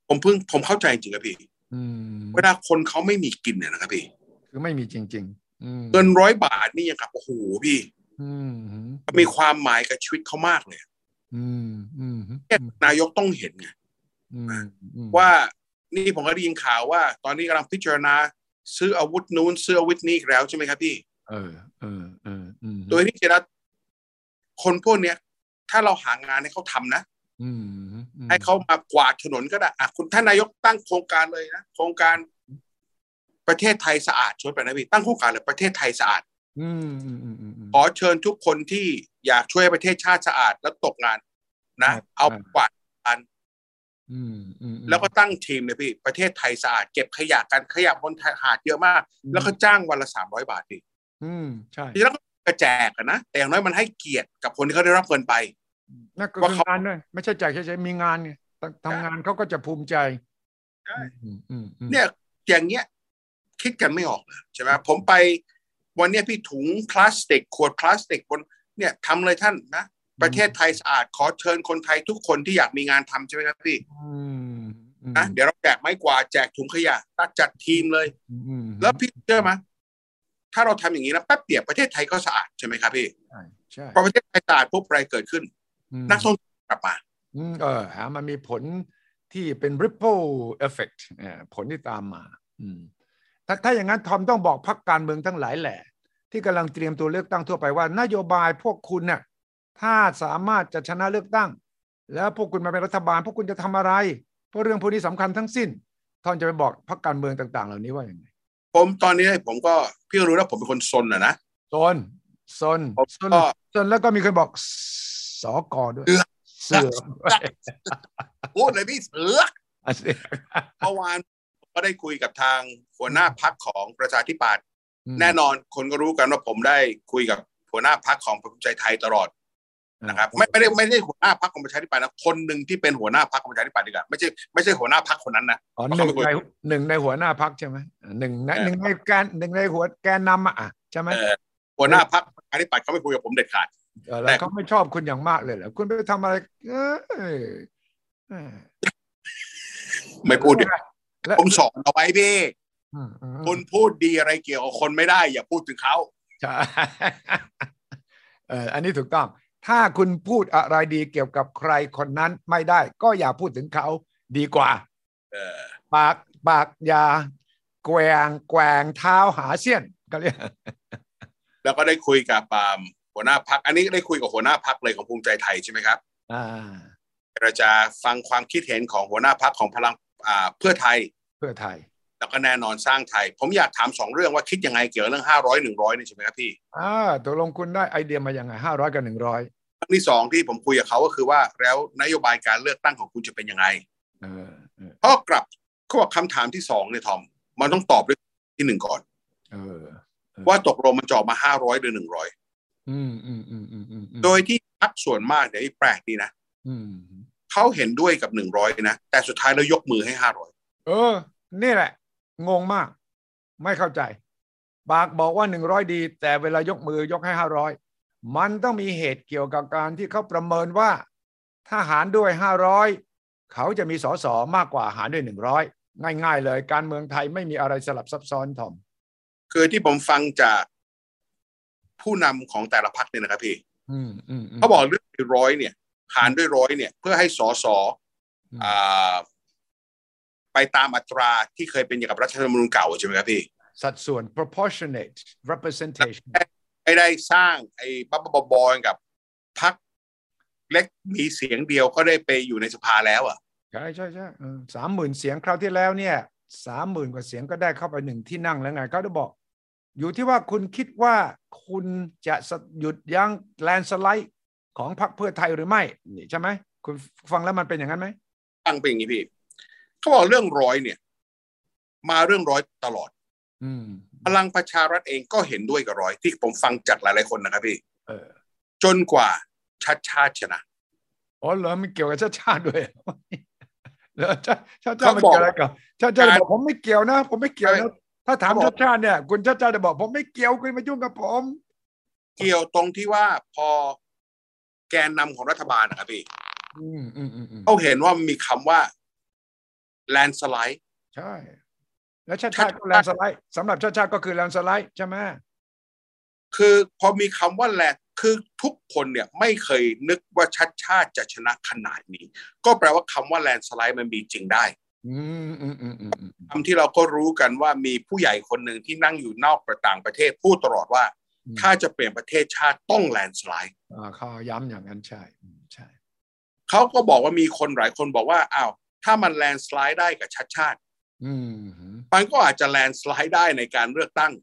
ผมเพิ่งผมเข้าใจจริงๆครับพี่
อืม
เวลาคนเขาไม่มีกินเนี่ยนะครับพี่
คือไม่มีจริง ๆ อืม
เงินร้อยบาทนี่ยังครับโอ้โหพี่
อืม
มันมีความหมายกับชีวิตเขามากเลยอะ
อืมอืม
นายกต้องเห็นไง
อืมอืม
ว่านี่ผมก็ได้ยินข่าวว่า ตอนนี้กำลังพิจารณา ซื้ออาวุธนู้นซื้ออาวุธนี้อีกแล้วใช่ไหมครับพี่
เออเออเอออืม
โดยที่เจรัตคนพวกเนี้ยถ้าเราหางานให้เขาทำนะ
อืมอืม
ให้เขามากวาดถนนก็ได้อ่ะคุณท่านนายกตั้งโครงการเลยนะโครงการประเทศไทยสะอาดชวนไปนะพี่ตั้งโครงการเลยประเทศไทยสะอาด
อืมอืมอืมอืมอืม
ขอเชิญทุกคนที่อยากช่วยประเทศชาติสะอาดแล้วตกงานนะ
ครับ
เอากวาดอัน
อืมอืมอืม
แล้วก็ตั้งทีมเลยพี่ ประเทศไทยสะอาดเก็บขยะกันขยะบนหาดเยอะมาก
อืม
แล้วก็จ้างวันละสามร้อยบาทพี่
อืมใช่
แล้วก็กระแจกอะนะแต่อย่างน้อยมันให้เกียรติกับคนที่เขาได้รับเงินไป
นั่นก็
ว่า
คือ
เขา
งานด้วยไม่ใช่แจกเฉยๆมีงานไงทำทำงานเขาก็จะภูมิใจ
ใช่
อืมอืมอืม
เนี่ยอย่างเงี้ยคิดกันไม่ออกเลยใช่ไหมผมไปวันเนี้ยพี่ถุงพลาสติกขวดพลาสติกบนเนี่ยทำเลยท่านนะ ประเทศไทยสะอาดขอเชิญคนไทยทุกคนที่อยากมีงานทำใช่ไหมครับพี่
อืมอืม
นะเดี๋ยวเราแจกไม้กวาดแจกถุงขยะตัดจัดทีมเลย
อืม
แล้วพี่เชื่อไหมถ้าเราทำอย่างนี้นะแป๊บเดียวประเทศไทยก็สะอาดใช่ไหมครับพี่
ใช่ใช่
พอประเทศไทยสะอาดปุ๊บอะไรเกิดขึ้น
อืม
นักท่องเที่ยวกลับมา
อืมเออหามันมีผลที่เป็น ripple effect เอ่อผลที่ตามมา อืมถ้าถ้าอย่างนั้นทอมต้องบอกพักการเมืองทั้งหลายแหละ ที่กำลังเตรียมตัวเลือกตั้งทั่วไปว่า นโยบายพวกคุณเนี่ยถ้าสามารถจะชนะเลือกตั้ง แล้วพวกคุณมาเป็นรัฐบาล พวกคุณจะทำอะไร เพราะเรื่องพวกนี้สำคัญทั้งสิ้นทอมจะไปบอกพักการเมืองต่าง ๆ เหล่านี้ว่าอย่างไร
ผมตอนนี้ผมก็พี่ก็รู้แล้วผมเป็นคนซนอะนะ
ซนซน
ผม
ซน
ก็
ซนแล้วก็มีคนบอกสอกอด้วย เสือ <laughs>
พูดเลยพี่เสือ
อันนี้
<laughs> เมื่อวานก็ได้คุยกับทางหัวหน้าพักของประชาธิปัตย์แน่นอนคนก็รู้กันว่าผมได้คุยกับหัวหน้าพักของภูมิใจไทยตลอดนะครับไม่ไม่ได้ไม่ได้หัวหน้าพักของประชาธิปัตย์นะคนหนึ่งที่เป็นหัวหน้าพักของประชาธิปัตย์ดีกว่าไม่ใช่ไม่ใช่หัวหน้าพักคนนั้นนะ
อ๋อ
เพราะ
หนึ่ง <laughs>
เขาเป็
ใน
นคน
หนึ่งในหัวหน้าพักใช่ไหมหนึ่งใน
เออ
หนึ่งในแกนหนึ่งในหัวแกนนำอะอ่ะใช่ไหม
เออหัวหน้าพักประชาธิปัตย์เขาไม่คุยกับผมเด็ดขาด
เออแล้วเขาไม่ชอบคุณอย่างมากเลยเหรอคุณไปทำอะไร เอยเอย
ไม่พูดดิ
และ
ผมสอนเอาไว้พี่
อืมอืม
คุณพูดดีอะไรเกี่ยวกับคนไม่ได้ อย่าพูดถึงเขา
ใช่ <laughs> เอออันนี้ถูกต้อง ถ้าคุณพูดอะไรดีเกี่ยวกับใครคนนั้นไม่ได้ ก็อย่าพูดถึงเขาดีกว่า
เออ
ปากปากอยาแกว่งแกว่งเท้าหาเสี้ยนก็เรียก <laughs>
แล้วก็ได้คุยกับอ่าหัวหน้าพักอันนี้ได้คุยกับหัวหน้าพักเลยของภูมิใจไทยใช่ไหมครับ
อ่า
เจรจาฟังความคิดเห็นของหัวหน้าพักของพลังอ่าเพื่อไทย
เพื่อไทย
แล้วก็แน่นอนสร้างไทย ผมอยากถามสองเรื่องว่าคิดยังไงเกี่ยวกับเรื่องห้าร้อยหนึ่งร้อยนี่ยใช่ไหมครับพี่
อ่าตกลงคุณได้ไอเดียมาอย่างไงห้าร้อยกับหนึ่งร้อย
เรื่องที่สองที่ผมคุยกับเขาก็คือว่าแล้วนโยบายการเลือกตั้งของคุณจะเป็นยังไง
เออเออ
เพราะกลับเขาบอกคำถามที่สองเนี่ยทอม มันต้องตอบด้วยที่หนึ่งก่อน
เออ
ว่าตกลงมันจะออกมาห้าร้อยหรือหนึ่งร้อย
อืมอืมอืมอืมอืมอืม
โดยที่พักส่วนมากเนี่ยนี่แปลกดีนะ
อืม
เขาเห็นด้วยกับหนึ่งร้อยนะแต่สุดท้ายแล้วยกมือให้ห้าร้อย
เออ นี่แหละ งงมาก ไม่เข้าใจ ปากบอกว่าหนึ่งร้อยดี แต่เวลายกมือยกให้ห้าร้อยมันต้องมีเหตุเกี่ยวกับการที่เขาประเมินว่า ถ้าหารด้วยห้าร้อยเขาจะมีสอสอมากกว่าหารด้วยหนึ่งร้อยง่าย ๆ เลย การเมืองไทยไม่มีอะไรสลับซับซ้อนทอม
คือที่ผมฟังจากผู้นำของแต่ละพักเนี่ยนะครับพี่
อืมอืมม
เขาบอกเรื่องร้อยเนี่ยหารด้วยร้อยเนี่ย เพื่อให้สอสอ
อืม
อ่าไปตามอัตราที่เคยเป็นอย่างกับรัฐธรรมนูญเก่าใช่ไหมครับพี่
สัดส่วน proportionate representation
ไม่ได้สร้างไอ้บับบบบอยกับพักเล็กมีเสียงเดียวก็ได้ไปอยู่ในสภาแล้วอ่ะ
ใช่ใช่ใช่สามหมื่นเสียงคราวที่แล้วเนี่ยสามหมื่นกว่าเสียงก็ได้เข้าไปหนึ่งที่นั่งแล้วไงเขาจะบอก อยู่ที่ว่าคุณคิดว่าคุณจะสะหยุดยั้งแลนสไลด์ของพรรคเพื่อไทยหรือไม่นี่ใช่ไหมคุณฟังแล้วมันเป็นอย่างนั้นไหม
ตั้งเป็นอย่างนี้พี่เขาบอกเรื่องร้อยเนี่ย มาเรื่องร้อยตลอด
อืม
พลังประชารัฐเองก็เห็นด้วยกับร้อยที่ผมฟังจากหลาย ๆ คนนะครับพี่
เออ
จนกว่าชัดชาติชนะ
อ๋อเหรอมันเกี่ยวกับชาติชาติด้วย <laughs> เหรอชาชาติชาติ
เขา
มัน
บอก
เกี่ยวอะไรกับชาติชาติ
การ
บอกผมไม่เกี่ยวนะ ผมไม่เกี่ยว
ใช่
นะถ้าถาม
เขาบ
ชาติชา
อก
ติเนี่ย คุณชาติชาติจะบอก ผมไม่เกี่ยวคุณมายุ่งกับผม
เกี่ยวตรงที่ว่าพอแกนนำของรัฐบาลนะครับพี่
อืมอืมอืมอืม
เขาเห็นว่ามีคำว่าแลนสไลด์
ใช่ แล้วชาติชาติก็แลนสไลด์สำหรับชาติชาติก็คือแลนสไลด์ใช่ไหม
คือพอมีคำว่าแลนคือทุกคนเนี่ยไม่เคยนึกว่าชัดชาติจะชนะขนาดนี้ ก็แปลว่าคำว่าแลนสไลด์มันมีจริงได้
อืมอืมอืมอืมอืม
คำที่เราก็รู้กันว่ามีผู้ใหญ่คนหนึ่งที่นั่งอยู่นอกประต่างประเทศพูดตลอดว่า ถ้าจะเปลี่ยนประเทศชาติต้องแลนสไลด์
อ่าเขาย้ำอย่างนั้นใช่อืมใช่
เขาก็บอกว่ามีคนหลายคนบอกว่าอ้าวถ้ามันแลนสไลด์ได้กับชัดชาติ
อืมฮึ
มันก็อาจจะแลนสไลด์ได้ในการเลือกตั้ง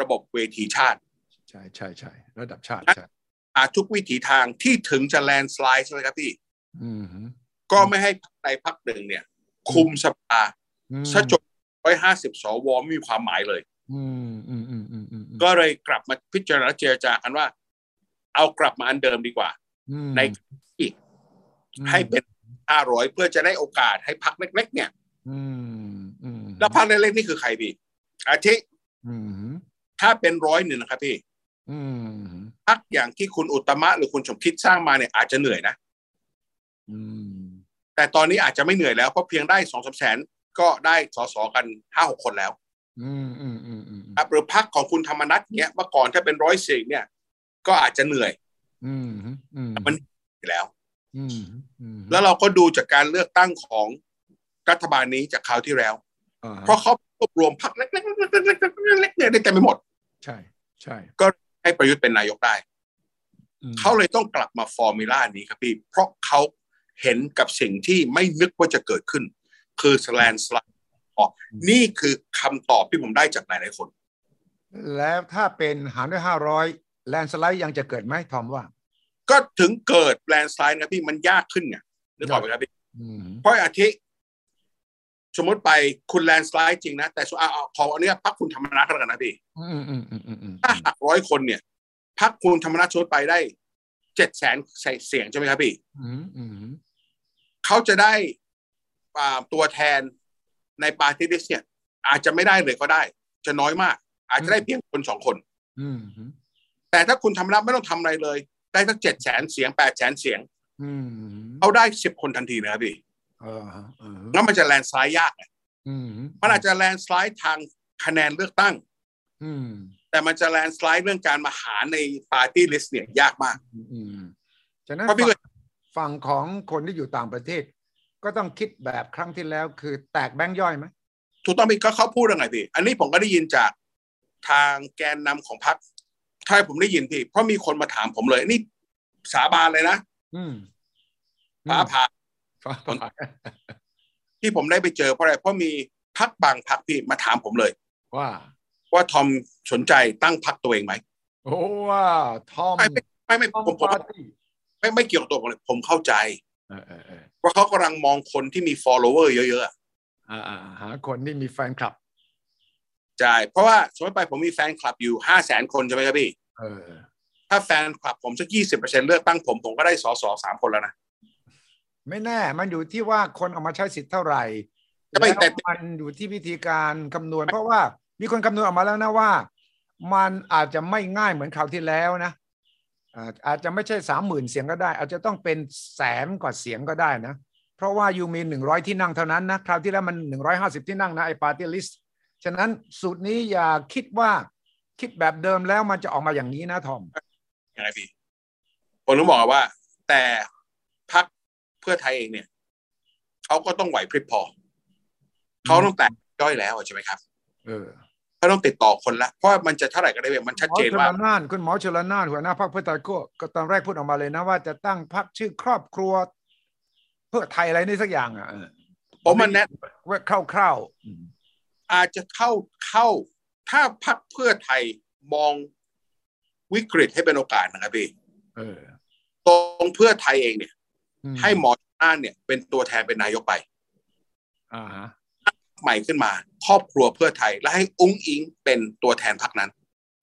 ระบบเวทีชาติ
ใช่ใช่ใช่ระดับชาติใช่
อาจทุกวิถีทางที่ถึงจะแลนสไลด์ใช่ไหมครับพี่
อืมฮึ
ก็ไม่ให้พรรคใดพรรคหนึ่งเนี่ย คุมสภา
อืม
ซะจน150สวไม่มีความหมายเลย
อืมอืมอืมอืมอืมอืม
ก็เลยกลับมาพิจารณาเจรจากันว่า เอากลับมาอันเดิมดีกว่า
อืม
ในที่ให้เป็น500เพื่อจะได้โอกาสให้พรรคเล็ก ๆ เนี่ย
อืมอืม
แล้วพรรคเล็กๆนี่คือใครพี่อาทิ
อืมฮึ
ถ้าเป็นร้อยหนึ่งนะครับพี่
อืม
พักอย่างที่คุณอุตตมะหรือคุณสมคิดสร้างมาเนี่ยอาจจะเหนื่อยนะ
อืม
แต่ตอนนี้อาจจะไม่เหนื่อยแล้ว เพราะเพียงได้สองสามแสนก็ได้สอสอกันห้าหกคนแล้ว
อืมอืมอืมอืม
ครับหรือพักของคุณธรรมนัฐเนี่ยเมื่อก่อนถ้าเป็นร้อยสิเนี่ย ก็อาจจะเหนื่อย
อืมอืม
อยู่แล้ว
อืมอืม
แล้วเราก็ดูจากการเลือกตั้งของรัฐบาลนี้จากคราวที่แล้ว
อ่าฮะ
เพราะเขารวบรวมพักเล็กๆๆๆๆๆๆเนี่ยได้เต็มไปหมด
ใช่ใช่
ให้ประยุทธ์เป็นนายกได้
อืม
เขาเลยต้องกลับมาฟอร์มูล่านี้ครับพี่เพราะเขาเห็นกับสิ่งที่ไม่นึกว่าจะเกิดขึ้น คือสแลนสไลด์ออกนี่คือคำตอบที่ผมได้จากหลายๆคน
แล้วถ้าเป็นหารด้วยห้าร้อยแลนสไลด์ยังจะเกิดไหมทอมว่า
ก็ถึงเกิดแลนสไลด์นะพี่มันยากขึ้นไงนึกออกไหมครับพี่
อืม
เพราะอาทิ สมมติไปคุณแลนสไลด์จริงนะ แต่ส่วนอ่ะเอาขออนุญาตพักคุณธรรมนัฐแล้วกันนะพี่
อืมอืมอืมอืมอืม
ถ้าหักร้อยคนเนี่ยพักคุณธรรมนัฐชดไปได้เจ็ดแสนเสียงใช่ไหมครับพี่
อืมอืม
เขาจะได้อ่าตัวแทนในปาร์ตี้ลิสเนี่ย อาจจะไม่ได้เลยก็ได้ จะน้อยมาก อาจจะได้เพียงคนสองคน
อืม
แต่ถ้าคุณทำรับไม่ต้องทำอะไรเลย ได้ทั้งเจ็ดแสนเสียงแปดแสนเสียง
อืม
เขาได้สิบคนทันทีนะครับพี่
เออฮะเออ
แล้วมันจะแลนด์สไลด์ยากไง
อืม
มันอาจจะแลนด์สไลด์ทางคะแนนเลือกตั้ง
อืม
แต่มันจะแลนด์สไลด์เรื่องการมาหาในปาร์ตี้ลิสเนี่ยยากมาก
อืมฉะนั้น
เพราะพี่ก็
ฝั่งของคนที่อยู่ต่างประเทศ ก็ต้องคิดแบบครั้งที่แล้วคือแตกแบงค์ย่อยไหม
ถูกต้องพี่ก็เขาพูดยังไงพี่ อันนี้ผมก็ได้ยินจากทางแกนนำของพรรคใช่ผมได้ยินพี่ เพราะมีคนมาถามผมเลยนี่สาบานเลยนะ
อืม
ฟ้าผ่า
ฟ้าผ่า
ที่ผมได้ไปเจอเพราะอะไรเพราะมีพักบางพักพี่มาถามผมเลย
ว่า
ว่าทอมสนใจตั้งพักตัวเองไหม
โอ้ว่าทอม
ไม่ไม่ไม่
ทอม
ผมผม
ปาร์ตี้
ไม่ไม่เกี่ยวกับตัวผมเลยผมเข้าใจ
เออเออเออ
ว่าเขากำลังมองคนที่มี follower เยอะๆอะ
อ่าอ่าหาคนที่มีแฟนคลับ
ใช่เพราะว่าสมมติไปผมมีแฟนคลับอยู่ห้าแสนคนใช่ไหมครับพี่
เออ
ถ้าแฟนคลับผมสักยี่สิบเปอร์เซ็นเลือกตั้งผมผมก็ได้สอสอสามคนแล้วนะ
ไม่แน่ มันอยู่ที่ว่าคนเออกมาใช้สิทธิ์เท่าไหร่
แต่ไม่
แล้ว
แต่
มันอยู่ที่วิธีการคำนวณ เพราะว่ามีคนคำนวณออกมาแล้วนะว่า มันอาจจะไม่ง่ายเหมือนคราวที่แล้วนะอ่าอาจจะไม่ใช่สามหมื่นเสียงก็ได้ อาจจะต้องเป็นแสนกว่าเสียงก็ได้นะ เพราะว่ายูมีหนึ่งร้อยที่นั่งเท่านั้นนะคราวที่แล้วมันหนึ่งร้อยห้าสิบที่นั่งนะไอ้ปาร์ตี้ลิสต์ฉะนั้นสูตรนี้อย่าคิดว่าคิดแบบเดิมแล้วมันจะออกมาอย่างนี้นะทอม
ยังไงพี่ผมต้องบอกว่า แต่พักเพื่อไทยเองเนี่ยเขาก็ต้องไหวพริบพอเขาต้องแตกย่อยแล้วอะใช่ไหมครับ
เออ
ก็ต้องติดต่อคนละ เพราะมันจะเท่าไหร่ก็ได้เว้ยมันชัดเจน
หมอช
ว่า
ลนานคุณหมอชลนานหัวหน้าพรรคเพื่อไทยก็ก็ตอนแรกพูดออกมาเลยนะว่าจะตั้งพรรคชื่อครอบครัว เพื่อไทยอะไรนี่สักอย่างอ่ะเออ
เพราะมันแนะ
ว่าคร่าวๆอืม
อาจจะเข้าเข้า ถ้าพักเพื่อไทยมองวิกฤตให้เป็นโอกาสนะครับพี่
เออ
ตรงเพื่อไทยเองเนี่ย
อืม
ให้หมอชนน่านเนี่ยเป็นตัวแทนเป็นนายกไป
อ่าฮะ
ใหม่ขึ้นมา ครอบครัวเพื่อไทย และให้อุ้งอิงเป็นตัวแทนพักนั้น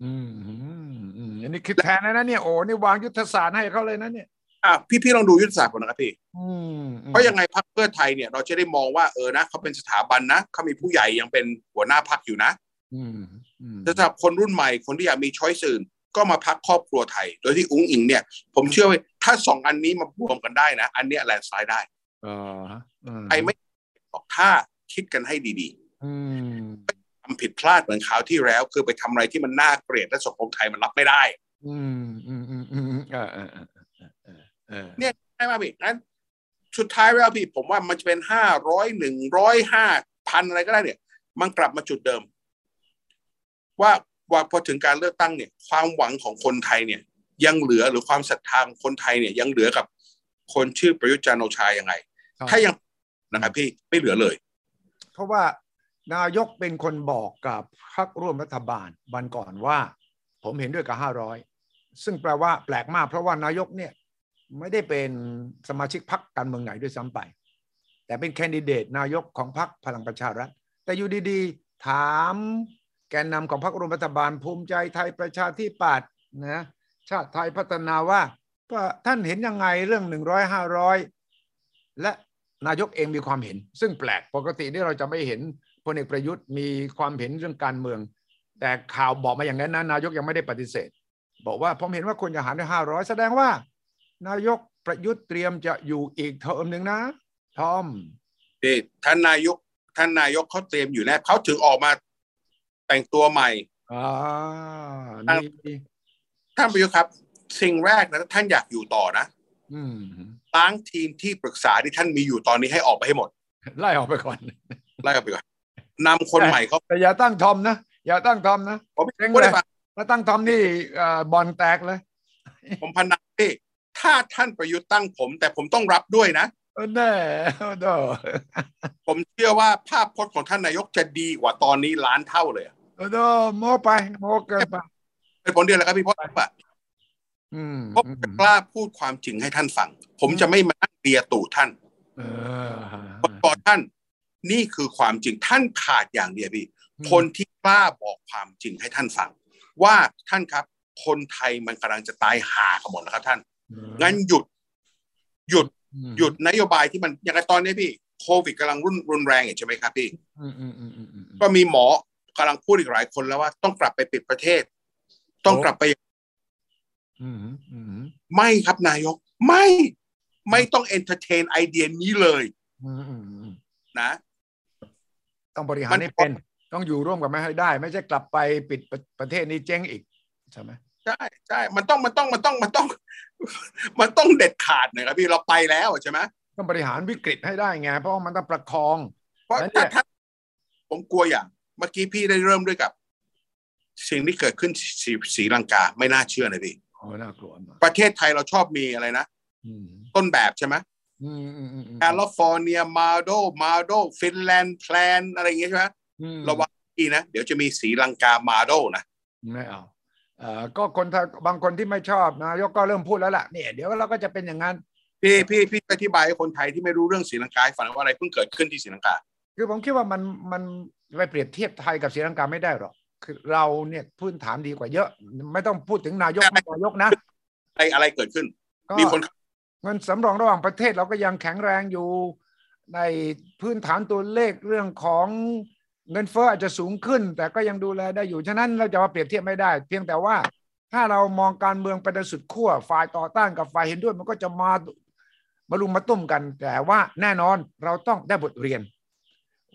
อืมอืมอืมอันนี้คิดแทนนะเนี่ยโอ้นี่วางยุทธศาสตร์ให้เขาเลยนะเนี่ย
อ่ะพี่พี่ลองดูยุทธศาสตร์ผมนะครับพี่
อืมอืม
เพราะยังไงพักเพื่อไทยเนี่ย เราจะได้มองว่าเออนะเขาเป็นสถาบันนะเขามีผู้ใหญ่ยังเป็นหัวหน้าพักอยู่นะ
อืมอืม
แต่สำหรับคนรุ่นใหม่คนที่อยากมีช้อยสื่นก็มาพักครอบครัวไทย โดยที่อุ้งอิงเนี่ย ผมเชื่อว่าถ้าสองอันนี้มารวมกันได้นะ อันเนี้ยแลนด์สไลด์ได้
เออฮะเออ
ไอ้ไม่ออกถ้าคิดกันให้ดี
อืม
ๆทำผิดพลาดเหมือนคราวที่แล้ว คือไปทำอะไรที่มันน่าเกลียดและสังคมไทยมันรับไม่ได้
อืมอืมอืมอืมเออเออเออเออเออ
เนี่ย ใช่ไหมพี่งั้นสุดท้ายแล้วพี่ผมว่ามันจะเป็นห้าร้อยหนึ่งร้อยห้าพันอะไรก็ได้เนี่ย มันกลับมาจุดเดิม ว่าว่าพอถึงการเลือกตั้งเนี่ย ความหวังของคนไทยเนี่ย ยังเหลือหรือความศรัทธาของคนไทยเนี่ย ยังเหลือกับคนชื่อประยุทธ์จันทร์โอชายังไง ถ้ายังนะครับพี่ไม่เหลือเลย
เพราะว่านายกเป็นคนบอกกับพรรคร่วมรัฐบาลวันก่อนว่า ผมเห็นด้วยกับห้าร้อยซึ่งแปลว่าแปลกมาก เพราะว่านายกเนี่ย ไม่ได้เป็นสมาชิกพรรคการเมืองไหนด้วยซ้ำไป แต่เป็นแคนดิเดตนายกของพรรคพลังประชารัฐ แต่อยู่ดีๆ ถามแกนนำของพรรครวมรัฐบาลภูมิใจไทยประชาธิปัตย์นะชาติไทยพัฒนาว่าว่าท่านเห็นยังไงเรื่องหนึ่งร้อยห้าร้อยและนายกเองมีความเห็น ซึ่งแปลกปกตินี่เราจะไม่เห็นพลเอกประยุทธ์มีความเห็นเรื่องการเมือง แต่ข่าวบอกมาอย่างนั้นนะนายกยังไม่ได้ปฏิเสธ บอกว่าผมเห็นว่าควรจะหารด้วยห้าร้อยแสดงว่า นายกประยุทธ์เตรียมจะอยู่อีกเทอมหนึ่งนะทอม
นี่ท่านนายกท่านนายกเขาเตรียมอยู่แน่เขาถึงออกมาแต่งตัวใหม่
อ่า
ตั้ง
นี่
ท่านประยุทธ์ครับ สิ่งแรกนะถ้าท่านอยากอยู่ต่อนะ
อืม
ล้างทีมที่ปรึกษาที่ท่านมีอยู่ตอนนี้ให้ออกไปให้หมด
ไล่ออกไปก่อน
ไล่ออกไปก่อนนำคนใหม่เขา
แต่อย่าตั้งทอมนะ อย่าตั้งทอมนะ
ผม
เจ๊งเลย
พูดได้ปะ
ถ้าตั้งทอมนี่เอ่อบอลแตกเลย
ผมพนันพี่ถ้าท่านประยุทธ์ตั้งผม แต่ผมต้องรับด้วยนะ
เออแน่เออเด้อ
ผมเชื่อว่าภาพพจน์ของท่านนายกจะดีกว่าตอนนี้ล้านเท่าเลยอะ
เออเด้อโมไปโมเกินไป
เป็นผลเดียวแล้วครับพี่พจน์ปะ
อืม
เพราะผมจะกล้าพูดความจริงให้ท่านฟัง ผมจะไม่มานั่งเดียตู่ท่าน
เออ
ผมบอกท่าน นี่คือความจริงท่านขาดอย่างเดียวพี่ คนที่กล้าบอกความจริงให้ท่านฟัง ว่าท่านครับ คนไทยมันกำลังจะตายห่ากันหมดแล้วครับท่าน งั้นหยุดหยุด หยุดนโยบายที่มันอย่างไรตอนนี้พี่โควิดกำลังรุนรุนแรงอยู่ใช่ไหมครับพี่
อืมอืมอืมอืมอืม
ก็มีหมอกำลังพูดอีกหลายคนแล้วว่าต้องกลับไปปิดประเทศ ต้องกลับไป
อืมอืม
ไม่ครับนายก ไม่ ไม่ต้องเอนเตอร์เทนไอเดียนี้เลย
อืมอืมอืม
นะ
ต้องบริหา
มั
ร
น
ให้เป็น ต้องอยู่ร่วมกันไม่ให้ได้ ไม่ใช่กลับไปปิดประประเทศนี้เจ๊งอีกใช่ไหม
ใช่ใช่มันต้องมันต้องมันต้องมันต้อง <laughs> มันต้องเด็ดขาดหน่อยครับพี่เราไปแล้วใช่ไหม
ต้องบริหารวิกฤตให้ได้ไง เพราะว่ามันต้องประคอง
เพราะ
แล้วเนี่
ถ้าย ถ้าผมกลัวอย่าง เมื่อกี้พี่ได้เริ่มด้วยกับ สิ่งที่เกิดขึ้นสีสีลังกาไม่น่าเชื่อนะพี่
โอ้น่ากลัวมาก
ประเทศไทยเราชอบมีอะไรนะ
อืม
ต้นแบบใช่ไหม
อืมอืมอืมอืม
แคลิฟอร์เนียมาโดมาโดฟินแลนด์แพลนอะไรอย่างเงี้ยใช่ไหม
อืม
ระวังดีนะ เดี๋ยวจะมีสีลังกามาโดนะ
ไม่เอาเอ่อก็คนไทยบางคนที่ไม่ชอบนายกก็เริ่มพูดแล้วล่ะเนี่ยเดี๋ยวเราก็จะเป็นอย่างนั้น
พี่พี่พี่อธิบายให้คนไทยที่ไม่รู้เรื่องสีลังกาให้ฟังว่าอะไรเพิ่งเกิดขึ้นที่สีลังกา
คือผมคิดว่ามันมันไปเปรียบเทียบไทยกับศรีลังกาไม่ได้หรอกคือเราเนี่ยพื้นฐานดีกว่าเยอะ ไม่ต้องพูดถึงนายกไม่นายกนะ
อะไรอะไรเกิดขึ้น
ก็
มีคน
เงินสำรองระหว่างประเทศเราก็ยังแข็งแรงอยู่ ในพื้นฐานตัวเลขเรื่องของเงินเฟ้ออาจจะสูงขึ้น แต่ก็ยังดูแลได้อยู่ ฉะนั้นเราจะมาเปรียบเทียบไม่ได้ เพียงแต่ว่า ถ้าเรามองการเมืองไปในสุดขั้วฝ่ายต่อต้านกับฝ่ายเห็นด้วย มันก็จะมามาลุมมาตุ้มกัน แต่ว่าแน่นอนเราต้องได้บทเรียน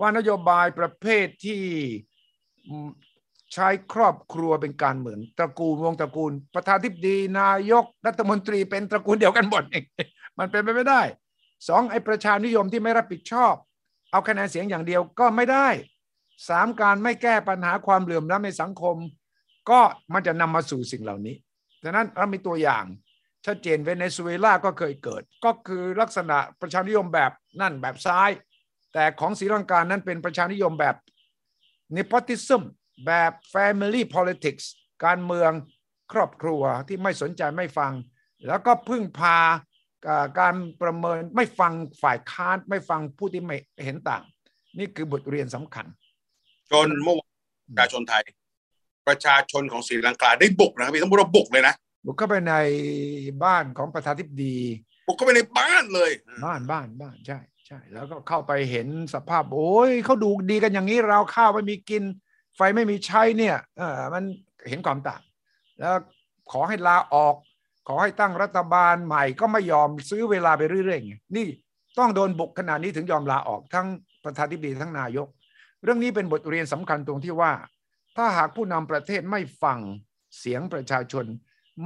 ว่านโยบายประเภทที่อืมใช้ครอบครัวเป็นการเมืองตระกูลวงตระกูล ประธานทิบดีนายกรัฐมนตรีเป็นตระกูลเดียวกันหมด <laughs> มันเป็นไปไม่ได้สองไอ้ประชานิยมที่ไม่รับผิดชอบ เอาคะแนนเสียงอย่างเดียวก็ไม่ได้ สามการไม่แก้ปัญหาความเหลื่อมล้ำในสังคม ก็มันจะนำมาสู่สิ่งเหล่านี้ดังนั้นเรามีตัวอย่าง ชัดเจนเวเนซุเอลาก็เคยเกิด ก็คือลักษณะประชานิยมแบบนั่นแบบซ้าย แต่ของศรีลังกานั้นเป็นประชานิยมแบบ nepotism แบบ family politics การเมืองครอบครัวที่ไม่สนใจไม่ฟัง แล้วก็พึ่งพาเอ่อการประเมินไม่ฟังฝ่ายค้านไม่ฟังผู้ที่ไม่เห็นต่าง นี่คือบทเรียนสำคัญ
จนเมื่อวานประชาชนไทย ประชาชนของศรีลังกาได้บุกนะครับพี่ต้องพูดว่าบุกเลยนะ
บุกเข้าไปในบ้านของประธานาธิบดี
บุกเข้าไปในบ้านเลย
บ้านบ้านบ้านใช่ใช่แล้วก็เข้าไปเห็นสภาพ โอ้ยเขาดูดีกันอย่างนี้เราข้าวไม่มีกิน ไฟไม่มีใช้เนี่ยเออมันเห็นความต่าง แล้วขอให้ลาออก ขอให้ตั้งรัฐบาลใหม่ก็ไม่ยอมซื้อเวลาไปเรื่อยๆไงนี่ต้องโดนบุกขนาดนี้ถึงยอมลาออกทั้งประธานาธิบดีทั้งนายก เรื่องนี้เป็นบทเรียนสำคัญตรงที่ว่า ถ้าหากผู้นำประเทศไม่ฟังเสียงประชาชน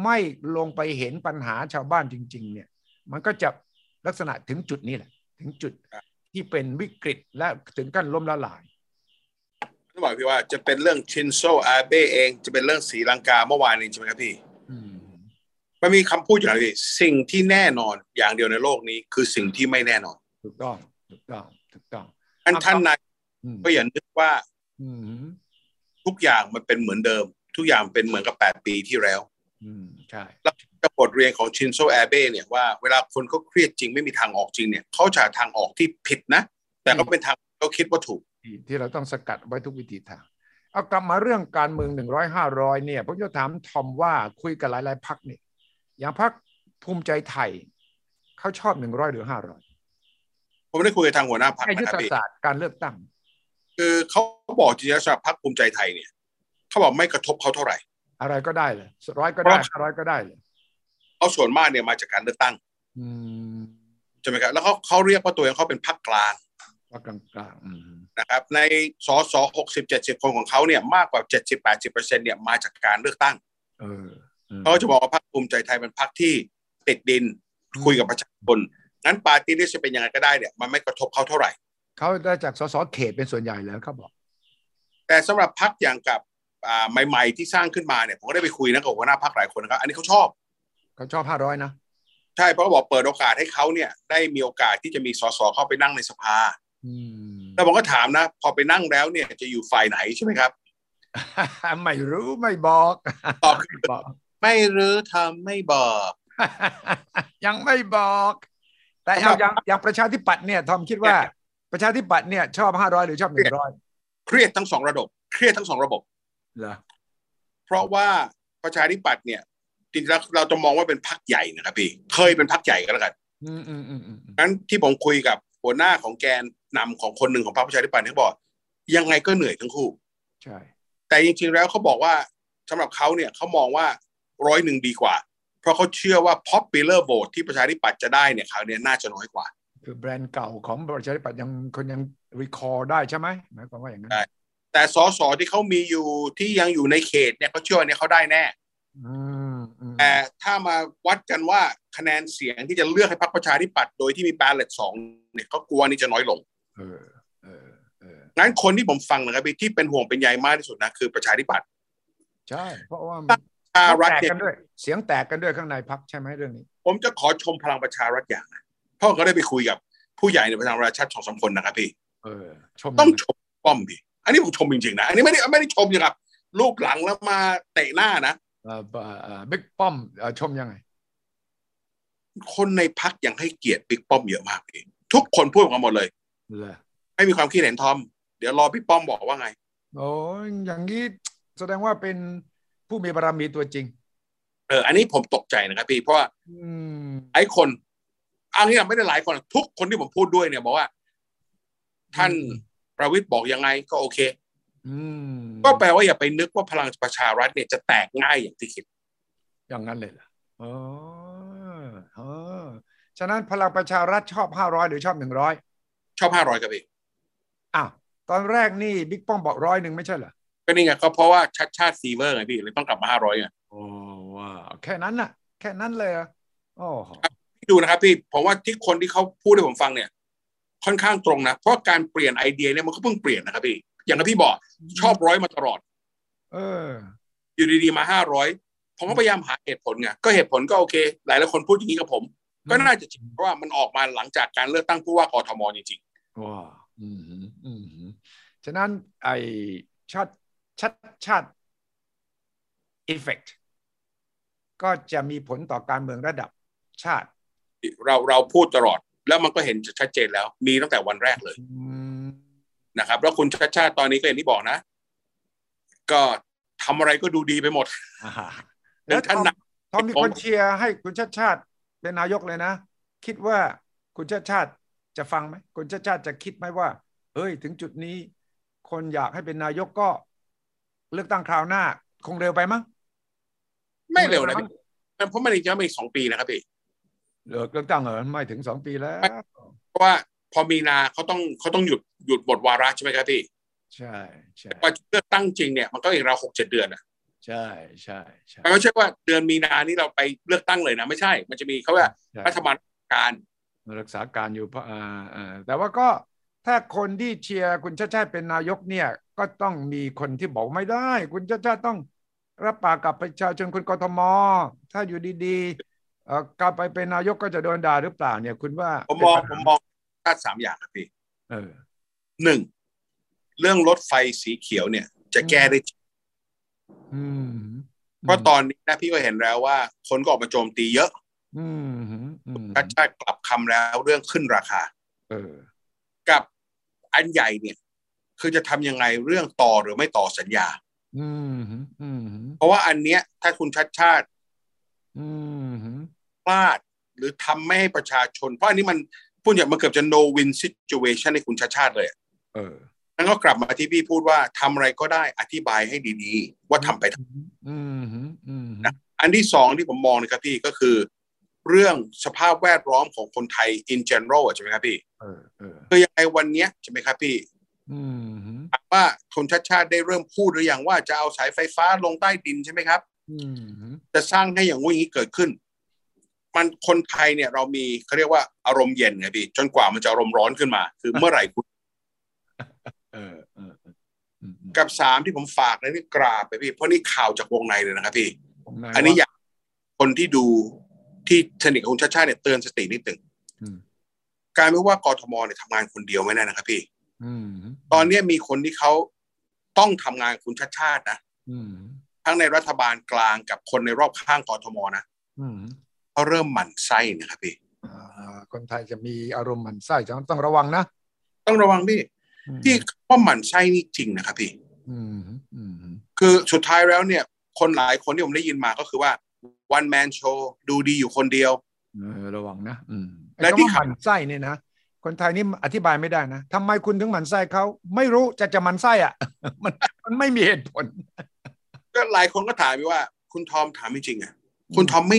ไม่ลงไปเห็นปัญหาชาวบ้านจริง ๆ เนี่ย มันก็จะลักษณะถึงจุดนี้แหละ ถึงจุด
ครับ
ที่เป็นวิกฤตและถึงกั้นล้มละลาย
ต้องบอกพี่ว่าจะเป็นเรื่องชินโซอาเบะเองจะเป็นเรื่องศรีลังกาเมื่อวานนี้ใช่ไหมครับพี่
อืม
มันมีคำพูดอยู่นะพี่สิ่งที่แน่นอนอย่างเดียวในโลกนี้ คือสิ่งที่ไม่แน่นอน
ถูกต้องถูกต้องถูกต้อง
ท่า
ค
น
รับ
ท่านนาย
อืม
ก็อย่านึกว่า
อืม
ทุกอย่างมันเป็นเหมือนเดิม ทุกอย่างเป็นเหมือนกับ 8 ปีที่แล้ว
อืมใช่
กับบทเรียนของชินโซอาเบะเนี่ยว่าเวลาคนเขาเครียดจริงไม่มีทางออกจริงเนี่ยเขาจะหาทางออกที่ผิดนะ แต่ก็เป็นทางเขาคิดว่าถูก
ที่ที่เราต้องสกัดไว้ทุกวิธีทาง เอากลับมาเรื่องการเมืองหนึ่งร้อยห้าร้อยเนี่ยผมจะถามทอมว่าคุยกับหลาย ๆพักเนี่ยอย่างพักภูมิใจไทย เขาชอบหนึ่งร้อยหรือห้าร้อย
ผมได้คุยกับทางหัวหน้าพรรค
ยุท
นะค
ธ
รับพี่
ศาสตร์การเลือกตั้ง
คือเขาบอกจริงๆแล้วสำหรับพรรคภูมิใจไทยเนี่ยเขาบอกไม่กระทบเขาเท่าไหร่
อะไรก็ได้เลยร้อยก็ได้ร้อยก็ได้เลย
เอาส่วนมากเนี่ยมาจากการเลือกตั้ง
อืม
ใช่ไหมครับแล้วเขาเขาเรียกว่าตัวเองเขาเป็นพรรคกลาง
ว่ากลางๆอืม
นะครับในสสหกสิบเจ็ดสิบคนของเขาเนี่ยมากกว่าเจ็ดสิบแปดสิบเปอร์เซ็นต์เนี่ยมาจากการเลือกตั้ง
เอออม
เขาจะบอกว่าพรรคภูมิใจไทยเป็นพรรคที่ติดดินคุยกับประชาชนงั้นปาร์ตี้ลิสจะเป็นยังไงก็ได้เนี่ยมันไม่กระทบเขาเท่าไหร่
เขาได้จากสสเขตเป็นส่วนใหญ่แล้วเขาบอก
แต่สำหรับพรรคอย่างกับอ่าใหม่ๆที่สร้างขึ้นมาเนี่ยผมก็ได้ไปคุยนะกับหัวหน้าพรรคหลายคนนะครับอันนี้เขาชอบ
เขาชอบห้าร้อยนะ
ใช่เพราะเขาบอกเปิดโอกาสให้เขาเนี่ยได้มีโอกาสที่จะมีสสเข้าไปนั่งในสภา
อืม
แล้วผมก็ถามนะ พอไปนั่งแล้วเนี่ยจะอยู่ฝ่ายไหนใช่ไหมครับ
ไม่ <laughs> รู้ไม่บอก
ตอบ
ไม่บอก <laughs>
ไม่รู้ทำไม่บอก
ยังไม่บอก แต่
ครั
เอา
บ
อย่างอย่างประชาธิปัตย์เนี่ยทอมคิดว่าประชาธิปัตย์เนี่ยชอบห้าร้อยหรือชอบหนึ่งร้อย
เครียดทั้งสองระบบเครียดทั้งสองระบบ
เหรอ
เพราะว่าประชาธิปัตย์เนี่ยจริงๆแล้วเราจะมองว่าเป็นพรรคใหญ่นะครับพี่เคยเป็นพรรคใหญ่ก็แล้วกัน
อืมอืมอืมอืมอืม
งั้นที่ผมคุยกับหัวหน้าของแกนนำของคนหนึ่งของพรรคประชาธิปัตย์เนี่ยเขาบอกยังไงก็เหนื่อยทั้งคู่
ใช่
แต่จริงๆแล้วเขาบอกว่าสำหรับเขาเนี่ยเขามองว่าร้อยหนึ่งดีกว่า เพราะเขาเชื่อว่า popular vote ที่ประชาธิปัตย์จะได้เนี่ยคราวเนี้ยน่าจะน้อยกว่า
คือแบรนด์เก่าของประชาธิปัตย์ยังคนยังรีคอร์ได้ใช่ไหมหมายความว่าอย่างนั้น
ใช่ แต่สสที่เขามีอยู่ที่ยังอยู่ในเขตเนี่ยเขาเชื่อว่าเนี่ยเขาได้แน่
อืมอืม
แต่ถ้ามาวัดกันว่าคะแนนเสียงที่จะเลือกให้พรรคประชาธิปัตย์โดยที่มีบาลเลตสองเนี่ยเขากลัวนี่จะน้อยลง
เออเออเออ
งั้นคนที่ผมฟังนะครับพี่ที่เป็นห่วงเป็นใยมากที่สุดนะคือประชาธิปัตย์
ใช่ เพราะว่ามัน
ประชารัฐ
แตก
เนี่ย
กันด้วย เสียงแตกกันด้วยข้างในพักใช่ไหมเรื่องนี้
ผมจะขอชมพลังประชารัฐอย่างนะเพ่อก็ได้ไปคุยกับผู้ใหญ่ในพลังประชารัฐสองสามคนนะครับพี่
เออชม
ต้องชมป้อมพี่อันนี้ผมชมจริงๆนะอันนี้ไม่ได้ไม่ได้ชมอย่างกับลูกหลังแล้วมาเตะหน้านะ
เอ่อเอ่อเอ่อบิ๊กป้อมเอ่อชมยังไง
คนในพักยังให้เกียรติบิ๊กป้อมเยอะมากพี่ทุกคนพูดกันหมดเลย
เหรอ
ไม่มีความคิดเห็นทอม เดี๋ยวรอพี่ป้อมบอกว่าไง
โอ้ยอย่างนี้แสดงว่าเป็นผู้มีบารมีตัวจริง
เอออันนี้ผมตกใจนะครับพี่ เพราะว่า
อืม
ไอ้คนอันนี้ไม่ได้หลายคนทุกคนที่ผมพูดด้วยเนี่ยบอกว่า ท่านประวิทย์บอกยังไงก็โอเค
อืม
ก็แปลว่าอย่าไปนึกว่าพลังประชารัฐเนี่ยจะแตกง่ายอย่างที่คิด
อย่างนั้นเลยเหรออ๋อเออฉะนั้นพลังประชารัฐชอบห้าร้อยหรือชอบหนึ่งร้อย
ชอบห้าร้อยกับพี่
อ้าวตอนแรกนี่บิ๊กป้อมบอกร้อยหนึ่งไม่ใช่เหรอ
ก็นี่ไงก็เพราะว่าชัดชาติซีเวอร์ไงพี่เลยต้องกลับมาห้าร้อยไง
โอ้ว้าวแค่นั้นน่ะ แค่นั้นเลยเหรอโอ้โห
พี่ดูนะครับพี่ผมว่าที่คนที่เขาพูดให้ผมฟังเนี่ย ค่อนข้างตรงนะ เพราะการเปลี่ยนไอเดียเนี่ยมันก็เพิ่งเปลี่ยนนะครับพี่ อย่างที่พี่บอกชอบร้อยมาตลอด
เออ
อยู่ดีๆมาห้าร้อยผมก็พยายามหาเหตุผลไงก็เหตุผลก็โอเค หลายหลายคนพูดอย่างนี้กับผม ก็น่าจะจริงเพราะว่ามันออกมาหลังจากการเลือกตั้งผู้ว่ากทมจริง
ว้าอืมหืมอืมหืมฉะนั้นไอชัดชัดชัดเอฟเฟกก็จะมีผลต่อการเมืองระดับชาติ
ๆเราเราพูดตลอด แล้วมันก็เห็นชัดเจนแล้ว มีตั้งแต่วันแรกเลย
อืม
นะครับ แล้วคุณชาติชาติตอนนี้ก็อย่างที่บอกนะ ก็ทำอะไรก็ดูดีไปหมด
อ่าแล้วท
ท่าน
อม
นาย
ทอมมีคนเชียร์ให้คุณชาติชาติเป็นนายกเลยนะ คิดว่าคุณชาติชาติจะฟังไหมคุณชาติชาติจะคิดไหมว่า เอ้ย ถึงจุดนี้ คนอยากให้เป็นนายกก็ เลือกตั้งคราวหน้า คงเร็วไปมั้ง
ไม่เร็วนะพี่เพราะมันอีกจะไม่อีกสองปีนะครับพี่
เลือกเลือกตั้งเหรอไม่ถึงสองปีแล้ว
เพราะว่าพอมีนาเขาต้องเขาต้องหยุดหยุดบทวาระใช่ไหมครับพี่
ใช่ใช่
กว่าจะเลือกตั้งจริงเนี่ยมันก็อีกราวหกเจ็ดเดือนนะ
ใช่ใช่ใช่
มันไม่ใช่ว่าเดือนมีนานี้เราไปเลือกตั้งเลยนะ ไม่ใช่ มันจะมีเขาว่า
ใช่
รัฐบาลการ
รักษาการอยู่เพราะอ่าอ่าแต่ว่าก็ถ้าคนที่เชียร์คุณชาติชาติเป็นนายกเนี่ย ก็ต้องมีคนที่บอกไม่ได้ คุณชาติชาติต้องรับปากกับประชาชนคนกทม ถ้าอยู่ดีๆเอ่อกลับไปเป็นนายกก็จะโดนด่าหรือเปล่าเนี่ย คุณว่า
ผมมองผ
เป็นปัญ
ม
หาม
องชาติสามอย่างครับพี่
เออ
หนึ่งเรื่องรถไฟสีเขียวเนี่ย จะแก้ได้จริง
อืม
เพราะตอนนี้นะพี่ก็เห็นแล้วว่า คนก็ออกมาโจมตีเยอะ
อืมอืมอืม
ชาติชาติกลับคำแล้วเรื่องขึ้นราคา
เออ
กับอันใหญ่เนี่ย คือจะทำยังไงเรื่องต่อหรือไม่ต่อสัญญา
อืมอืม
เพราะว่าอันเนี้ยถ้าคุณชาติชาติ
อืม
พลาดหรือทำไม่ให้ประชาชน เพราะอันนี้มันพูดอย่างมันเกือบจะ no win situation ในคุณชาติชาติเลยอะ
เออ
นั่นก็กลับมาที่พี่พูดว่าทำอะไรก็ได้อธิบายให้ดีๆ ว่าทำไปทำ
อืมฮึอืมฮึ
อันที่สองที่ผมมองนะครับพี่ก็คือ เรื่องสภาพแวดล้อมของคนไทย in general อะใช่ไหมครับพี่
เออเออ
คือยังไงวันเนี้ยใช่ไหมครับพี่
อืมฮึ
ว่าคนชาติชาติได้เริ่มพูดหรือยังว่าจะเอาสายไฟฟ้าลงใต้ดินใช่ไหมครับ
อืมฮึ
จะสร้างให้อย่างงู้นอย่างนี้เกิดขึ้น มันคนไทยเนี่ยเรามีเขาเรียกว่าอารมณ์เย็นไงพี่จนกว่ามันจะอารมณ์ร้อนขึ้นมา คือเมื่อไหร่คุณ
เออเออเอออืม
กับสามที่ผมฝากนะนี่กราบไปพี่เพราะนี่ข่าวจากวงในเลยนะครับพี่
ผมาย
อันนี้อ
ว่า
ยากคนที่ดูที่สนิทกับคุณชาติชาติเนี่ยเตือนสตินิดหนึ่ง
อืม
การไม่ว่ากทมเนี่ยทำงานคนเดียวไม่ได้นะครับพี่
อืมฮึ
ตอนเนี้ยมีคนที่เขาต้องทำงานกับคุณชาติชาตินะ
อืมฮึ
ทั้งในรัฐบาลกลางกับคนในรอบข้างกทมนะ
อืมฮึ
เขาเริ่มหมั่นไส้นะครับพี่
อ่าคนไทยจะมีอารมณ์หมันไส้จะต้องระวังนะ
ต้องระวังพี่ ที่ว่าหมั่นไส้นี่จริงนะครับพี่
อืมฮึอืมฮึ
คือสุดท้ายแล้วเนี่ย คนหลายคนที่ผมได้ยินมาก็คือว่า one man show ดูดีอยู่คนเดียว
เออระวังนะ อืม
และ
ไอ้
ที่
ที่าหมันไส้เนี่ยนะคนไทยนี่อธิบายไม่ได้นะทำไมคุณถึงหมันไส้เขาไม่รู้จะจะหมันไส้อ่ะ <laughs> มันมันไม่มีเหตุผล
ก็หลายคนก็ถามไปว่า คุณทอมถามจริงๆอ่ะคุณทอมไม่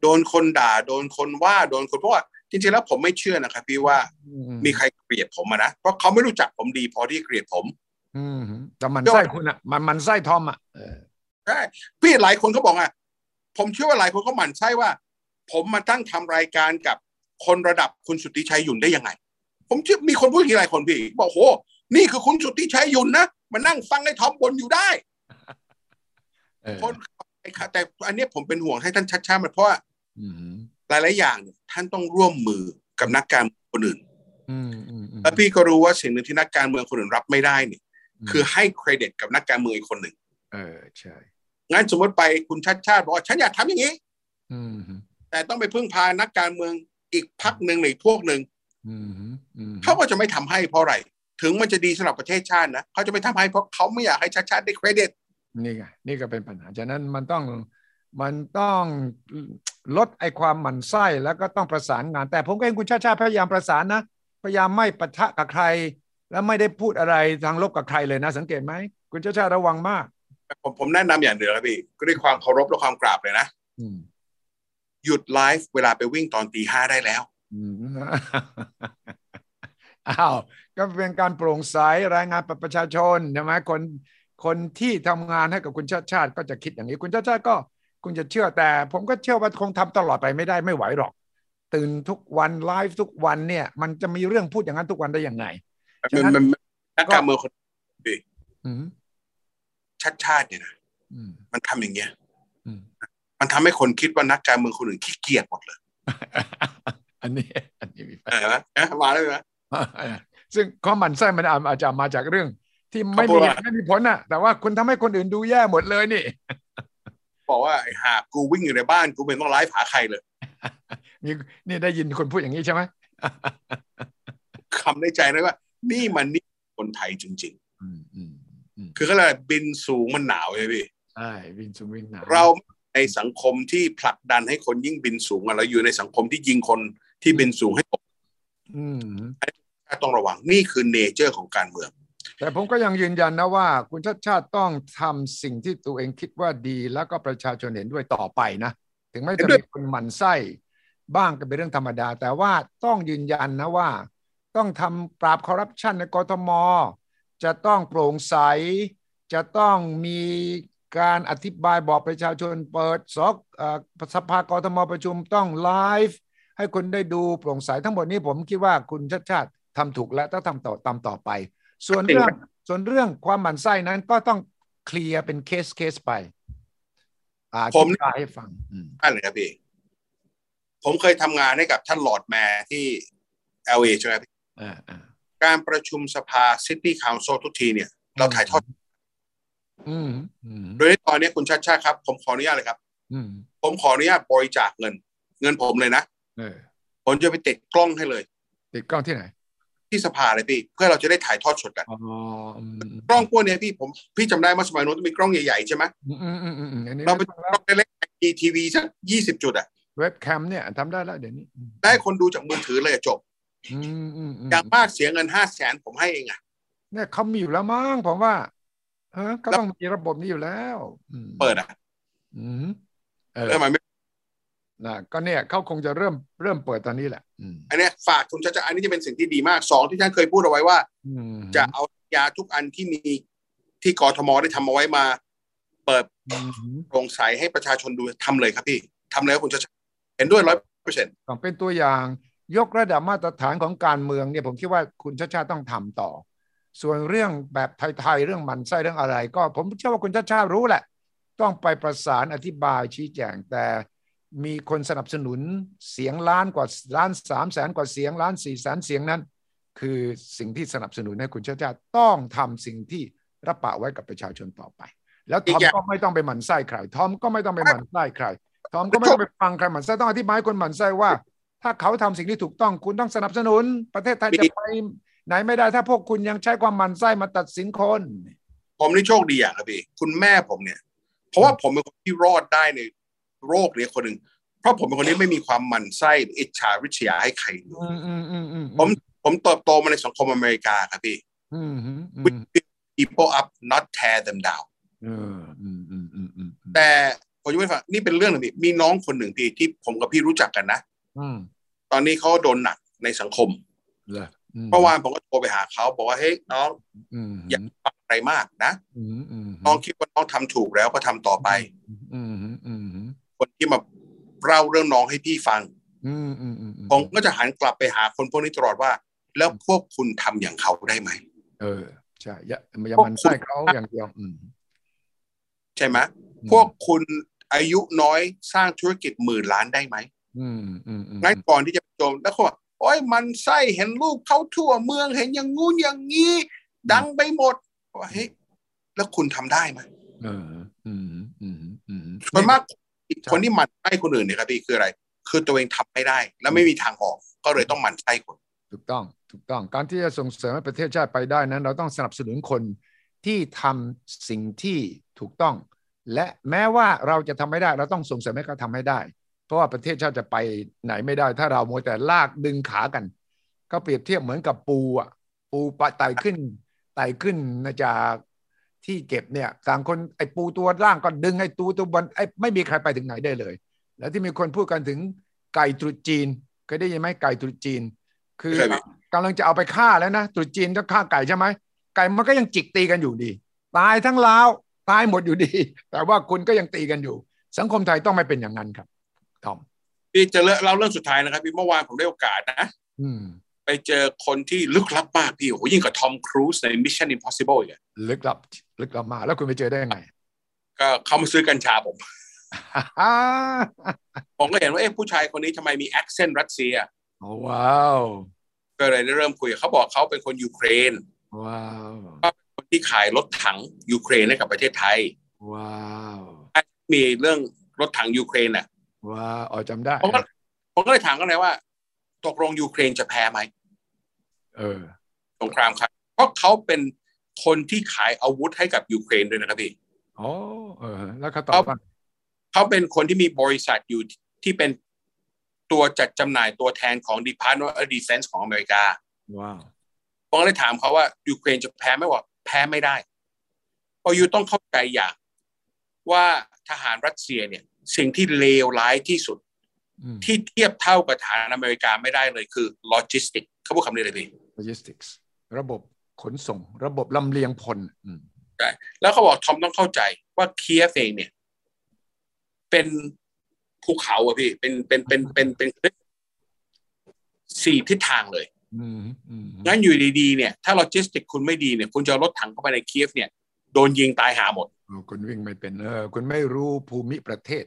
โดนคนด่า โดนคนว่า โดนคนเพราะว่าจริงๆแล้วผมไม่เชื่อนะครับพี่ว่า
อื
มีใครเกลียดผมอะนะเพราะเขาไม่รู้จักผมดีพอที่เกลียดผม
อืมฮึแต่หมันไส้คุณอ่ะมันหมันไส้ทอมอ่ะเออ
ใช่พี่หลายคนเขาบอกอ่ะผมเชื่อว่าหลายคนเขาหมั่นไส้ว่า ผมมาตั้งทำรายการกับคนระดับคุณสุทธิชัยหยุ่นได้ยังไง ผมเชื่อมีคนพูดอย่างนี้หลายคนพี่ บอกโหนี่คือคุณสุทธิชัยหยุ่นนะมานั่งฟังไอ้ทอมบนอยู่ได้
เออ
คนไอ้ค่ะแต่อันเนี้ยผมเป็นห่วงให้ท่านชัดชาติมันเพราะว่า
อืมฮึ
หลายๆอย่างเนี่ยท่านต้องร่วมมือกับนักการเมืองคนอื่น
อืมอืมอืม
แล้วพี่ก็รู้ว่าสิ่งหนึ่งที่นักการเมืองคนอื่นรับไม่ได้เนี่ยคือให้เครดิตกับนักการเมืองอีกคนหนึ่ง
เออใช่
งั้นสมมติไปคุณชัดชาติบอกว่าฉันอยากทำอย่างนี้
อืมฮึ
แต่ต้องไปพึ่งพานักการเมืองอีกพักหนึ่งหรืออีกพวกหนึ่ง
อืมฮึอืมฮึ
เขาก็จะไม่ทำให้เพราะอะไร ถึงมันจะดีสำหรับประเทศชาตินะเขาจะไม่ทำให้เพราะเขาไม่อยากให้ชาติชาติได้เครดิต
นี่ไงนี่ก็เป็นปัญหาฉะนั้นมันต้องมันต้องลดไอความหมั่นไส้แล้วก็ต้องประสานงาน แต่ผมก็เห็นคุณชาติชาติพยายามประสานนะพยายามไม่ปะทะกับใคร และไม่ได้พูดอะไรทางลบกับใครเลยนะ สังเกตไหมคุณชาติชาติระวังมาก
ผมผมแนะนำอย่างเดียวครับพี่ก็ด้วยความเคารพและความกราบเลยนะ
อืม
หยุดไลฟ์เวลาไปวิ่งตอนตีห้าได้แล้ว
อืม <laughs> อ้าวก็เป็นการโปร่งใสรายงานประประชาชนใช่ไหมคน คนที่ทำงานให้กับคุณชาติชาติก็จะคิดอย่างนี้คุณชาติชาติก็คงจะเชื่อแต่ ผมก็เชื่อว่าคงทำตลอดไปไม่ได้ไม่ไหวหรอก ตื่นทุกวันไลฟ์ทุกวันเนี่ย มันจะมีเรื่องพูดอย่างนั้นทุกวันได้ยังไง
มันมัน นักการเมืองคน
อืม
ชัดชาติเนี่ยนะ
อืม <laughs>
มันทำอย่างเงี้ย
อืม
มันทำให้คนคิดว่านักการเมืองคนอื่นขี้เกียจหมดเลย
อันนี้อันนี้มีปัญ
เห็นไหมเอ๊ะมาแล้วเห็นไหม
หาซึ่งความหมั่นไส้มันอาจจะมาจากเรื่อง ที่ไม่
เขาพู
มี
ดว่า
ไม่มีผลน่ะ แต่ว่าคุณทำให้คนอื่นดูแย่หมดเลยนี่
บอกว่าไอ้หากูวิ่งอยู่ในบ้านกูไม่ต้องไลฟ์หาใครเลย
มีนี่ได้ยินคนพูดอย่างนี้ใช่ไหม
คำในใจนะว่า นี่มันนี่คนไทยจริง
อืมอืมอืม
ๆ คือเขาเรียกอะไรบินสูงมันหนาวใช่พี่
ใช่วินซูวินหนาว
เราในสังคมที่ผลักดันให้คนยิ่งบินสูงอะเราอยู่ในสังคมที่ยิงคนที่บินสูงให้ตก
อืม
ต้องระวังนี่คือเนเจอร์ของการเมือง
แต่ผมก็ยังยืนยันนะว่า คุณชาติชาติต้องทำสิ่งที่ตัวเองคิดว่าดีแล้วก็ประชาชนเห็นด้วยต่อไปนะ ถึงไม่
เห็
จะ
นด้วย
มีคนหมั่นไส้บ้างก็เป็นเรื่องธรรมดา แต่ว่าต้องยืนยันนะว่า ต้องทำปราบคอร์รัปชันในกทม จะต้องโปร่งใส จะต้องมีการอธิบายบอกประชาชนเปิดสอกเอ่อสภากรทมประชุมต้องไลฟ์ให้คนได้ดูโปร่งใสทั้งหมดนี้ผมคิดว่าคุณชาติชาติทำถูกและต้องทำต่อตามต่อไป ส่วนเรื่องส่วนเรื่องความหมั่นไส้นั้นก็ต้องเคลียร์เป็นเคสเคสไปอาอ
ผม
ธิบายให้ฟังอืม
อะไรครับพี่ผมเคยทำงานให้กับท่านหลอร์ดแมร์ที่ LA ใช่ไหมพี่
อ่าอ่า
การประชุมสภาซิตี้คาวโซทุกทีเนี่ย เราถ่ายทอด
อืมอืม
โดยที่ตอนนี้คุณชาติชาติครับ ผมขออนุญาตเลยครับ
อืม
ผมขออนุญาตบริจาคเงิน เงินผมเลยนะ
เออ
ผมจะไปติดกล้องให้เลย
ติดกล้องที่ไหน
ที่สภาเลยพี่ เพื่อเราจะได้ถ่ายทอดสดกัน
อ๋ออืมอืม
กล้องพวกเนี้ยพี่ผมพี่จำได้ว่าสมัยนู้นมีกล้องใหญ่ๆใช่ไหม
อืมอืมอืมอืมอันนี้
เราไป
ไม่ต้องแล้ว
ต้องได้เล่นทีทีวีสักยี่สิบจุดอะ
เว็บแคมเนี่ยทำได้แล้วเดี๋ยวนี้อืม
ได้คนดูจากมือถือเลยอะจบ
อืมอืมอืม
อย่างมากเสียเงินห้าแสนผมให้เองอะ
เนี่ยเขามีอยู่แล้วมั้งผมว่าเออก็ต้องมีระบบนี้อยู่แล้วอืม
เปิดอะ
อืมเออ
แล้วทำไมไม่
นะก็เนี่ยเขาคงจะเริ่มเริ่มเปิดตอนนี้แหละ อืม
อันเนี้ยฝากคุณชาจะอันนี้จะเป็นสิ่งที่ดีมากสองที่ท่านเคยพูดเอาไว้ว่า
อืม
จะเอายาทุกอันที่มีที่กทมได้ทำเอาไว้มา เปิด
อืม
โปร่งใสให้ประชาชนดูทำเลยครับพี่ทำเลยครับคุณชาจะเห็นด้วยร้อยเปอร์เซ็นต์
ต้องเป็นตัวอย่างยกระดับมาตรฐานของการเมืองเนี่ยผมคิดว่าคุณชาติชาติต้องทำต่อ ส่วนเรื่องแบบไทยๆเรื่องหมันไส้เรื่องอะไร ก็ผมเชื่อว่าคุณชาติชาติรู้แหละ ต้องไปประสานอธิบายชี้แจงแต่มีคนสนับสนุนเสียงล้านกว่าล้านสามแสนกว่าเสียงล้านสี่แสนเสียงนั้น คือสิ่งที่สนับสนุนให้คุณชาติชาติต้องทำสิ่งที่รับปากไว้กับประชาชนต่อไป แล้วทอมก็ไม่ต้องไปหมั่นไส้ใครทอมก็ไม่ต้องไปหมั่นไส้ใคร ทอมก็ไม่ต้องไปฟังใครหมันไส้ต้องอธิบายให้คนหมันไส้ว่า ถ้าเขาทำสิ่งที่ถูกต้องคุณต้องสนับสนุน ประเทศไทยจะไปไหนไม่ได้ถ้าพวกคุณยังใช้ความหมันไส้มาตัดสินคน
ผมนี่โชคดีอย่างครับพี่คุณแม่ผมเนี่ย เพราะว่าผมเป็นคนที่รอดได้ในโรคเนี้ยคนหนึ่งเพราะผมเป็นคนที่ไม่มีความหมันไส้หรืออิจฉาริษยาให้ใครเลย
อืมอืมอืมอืม
ผมเติบโตมาในสังคมอเมริกาครับพี่
อืมอืมอืม
people up not tear them down
เอออืมอืมอืมอืมอืม
แต่ผมจะไม่ฟังนี่เป็นเรื่องหนึ่งพี่มีน้องคนหนึ่งพี่ที่ผมกับพี่รู้จักกันนะ
อืม
ตอนนี้เขาโดนหนักในสังคม
เหรอม
เมื่อวานผมก็โทรไปหาเขาบอกว่าเฮ้ยน้อง
อืม
อย่าฟังอะไรมากนะ
อืมอืม
น้องคิดว่าน้องทำถูกแล้วก็ทำต่อไป
อืมอืมอืม
คนที่มาเล่าเรื่องน้องให้พี่ฟัง
อืมอืมอืมอืม
ผมก็จะหันกลับไปหาคนพวกนี้ตลอดว่า แล้วพวกคุณทำอย่างเขาได้ไหม
เออใช่อย่าอย่าหมันไส้เขาอย่างเดียวอืม
ใช่ไหมพวกคุณอายุน้อยสร้างธุรกิจหมื่นล้านได้ไหม
อืมอืมอืม
งั้นก่อนที่จะโจมแล้วเขาบอกโอ้ยมันไส้เห็นรูปเขาทั่วเมืองเห็นอย่างงู้นอย่างงี้ ดังไปหมดว่าเฮ้ยแล้วคุณทำได้ไหม
เอออืมอืมอืม
ส่วนมากคนที่หมันไส้คนอื่นเนี่ยครับพี่คืออะไร คือตัวเองทำไม่ได้ แล้วไม่มีทางออกก็เลยต้องหมันไส้คน
ถูกต้อง ถูกต้อง การที่จะส่งเสริมให้ประเทศชาติไปได้นั้น เราต้องสนับสนุนคนที่ทำสิ่งที่ถูกต้อง และแม้ว่าเราจะทำไม่ได้ เราต้องส่งเสริมให้เขาทำให้ได้ เพราะว่าประเทศชาติจะไปไหนไม่ได้ ถ้าเรามัวแต่ลากดึงขากัน ก็เปรียบเทียบเหมือนกับปูอะปูปะไต่ขึ้นไต่ขึ้นนะจากที่เก็บเนี่ยต่างคนไอ้ปูตัวล่างก็ดึงไอ้ตูตัวบนไอ้ไม่มีใครไปถึงไหนได้เลย แล้วที่มีคนพูดกันถึงไก่ตรุษจีนเคยได้ยินไหมไก่ตรุษจีน คือ
เคยมี
กำลังจะเอาไปฆ่าแล้วนะตรุษจีนจะฆ่าไก่ใช่ไหมไก่มันก็ยังจิกตีกันอยู่ดี ตายทั้งล้าวตายหมดอยู่ดี แต่ว่าคุณก็ยังตีกันอยู่ สังคมไทยต้องไม่เป็นอย่างนั้นครับทอม
พี่จะเล่าเรื่องสุดท้ายนะครับพี่เมื่อวานผมได้โอกาสนะ
อืม
ไปเจอคนที่ลึกลับมากพี่โอ้โหยิ่งกว่าทอมครูซใน Mission Impossible อีกอะ
ลึกลับลึกลับมากแล้วคุณไปเจอได้ยัง <laughs> ไง
ก็เขามาซื้อกัญชาผม ผมก็เห็นว่าเอ๊ะผู้ชายคนนี้ทำไมมีแอคเซนต์รัสเซีย
โอ้ว้าว
ก็เลยได้เริ่มคุยกับเขาบอกเขาเป็นคนยูเครน
ว้าว
คนที่ขายรถถังยูเครนให้กับประเทศไทย
ว้าว
มีเรื่องรถถังยูเครนน่ะ
ว้าวอ๋อจำได้
ผมก็ผมก็เลยถามกันเลยว่า ตกลงยูเครนจะแพ้ไหม
เออ
สงครามครับ เพราะเขาเป็นคนที่ขายอาวุธให้กับยูเครนด้วยนะครับพี่
อ๋อเออ แล้วเขาตอ
เอา
บว่า
เขาเป็นคนที่มีบริษัทอยู่ที่เป็นตัวจัดจำหน่ายตัวแทนของ Department of Defense ของอเมริกา
ว้าว
ผมก็เลยถามเขาว่ายูเครนจะแพ้ไหมว่าแพ้ไม่ได้เพราะยูต้องเข้าใจอย่างว่าทหารรัสเซียเนี่ย สิ่งที่เลวร้ายที่สุด
อืม
ที่เทียบเท่ากับฐานอเมริกาไม่ได้เลยคือโลจิสติกเขาพูดคำนี้เลยพี่
logistics ระบบขนส่ง ระบบลำเลียงพลอืม
แล้วเขาบอกทอมต้องเข้าใจว่าเคียฟเองเนี่ย เป็นภูเขาอะพี่ เป็นเป็นเป็นเป็นเป็นเป็นสี่ทิศทางเลย
อืมอืม
งั้นอยู่ดีๆเนี่ย ถ้าโลจิสติกคุณไม่ดีเนี่ย คุณจะเอารถถังเข้าไปในเคียฟเนี่ย โดนยิงตายหาหมด
เออคุณวิ่งไม่เป็นเออคุณไม่รู้ภูมิประเทศ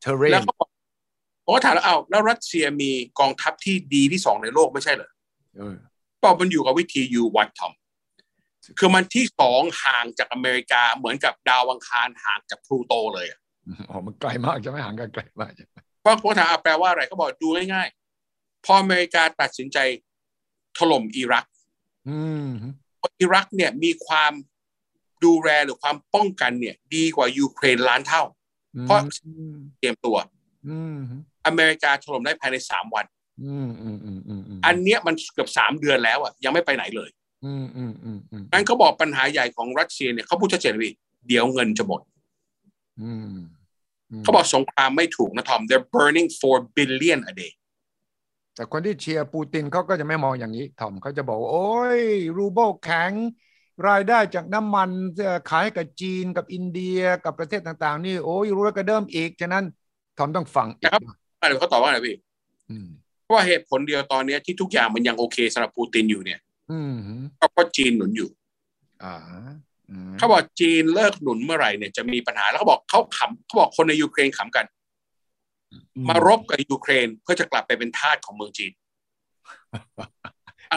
เทเร
แล้ว
น
เขาบอกผมก็ถามแล้วอ้าวแล้วรัสเซียมีกองทัพที่ดีที่สองในโลกไม่ใช่เหรอ
เอ <laughs> อ
บอกมันอยู่กับวิธียูวัดทอม คือมันที่สองห่างจากอเมริกาเหมือนกับดาวอังคารห่างจากพลูโตเลยอะ
อ๋อมันไกลมากจะไม่ห่างกันไกลมากใช่ไหม
เพราะผมถามอ่ะแปลว่าอะไรเขาบอกดูง่ายๆ พออเมริกาตัดสินใจถล่มอิรัก
อืม
อิรักเนี่ยมีความดูแลหรือความป้องกันเนี่ย ดีกว่ายูเครนล้านเท่า เพราะ
อืม
เตรียมตัว
อืม
อเมริกาถล่มได้ภายในสามวัน
อืมอืมอืมอืม
อันเนี้ยมันเกือบสามเดือนแล้วอ่ะยังไม่ไปไหนเลย
อืมอืมอืมอืม
งั้นเขาบอกปัญหาใหญ่ของรัสเซียเนี่ยเขาพูดชัดเจนเลยเดี๋ยวเงินจะหมด
อืมม
เขาบอกสงครามไม่ถูกนะทอม they're burning 4 billion a day
แต่คนที่เชียร์ปูตินเขาก็จะไม่มองอย่างนี้ทอมเขาจะบอกว่าโอ้ย รูเบิลแข็ง รายได้จากน้ำมันเอ่อขายให้กับจีนกับอินเดียกับประเทศต่างๆ นี่โอ้ยรวยกระเดิมอีก ฉะนั้นทอมต้องฟังอีก
ครับ อะไรเขาตอบว่าอะไรพี่
อืม
เพราะว่าเหตุผลเดียวตอนเนี้ยที่ทุกอย่างมันยังโอเคสำหรับปูตินอยู่เนี่ย
อืม
ก็เพราะจีนหนุนอยู่
อ่าอืม
เขาบอกจีนเลิกหนุนเมื่อไหร่เนี่ยจะมีปัญหาแล้วเขาบอกเขาขำเขาบอกคนในยูเครนขำกัน มารบกับยูเครนเพื่อจะกลับไปเป็นทาสของเมืองจีน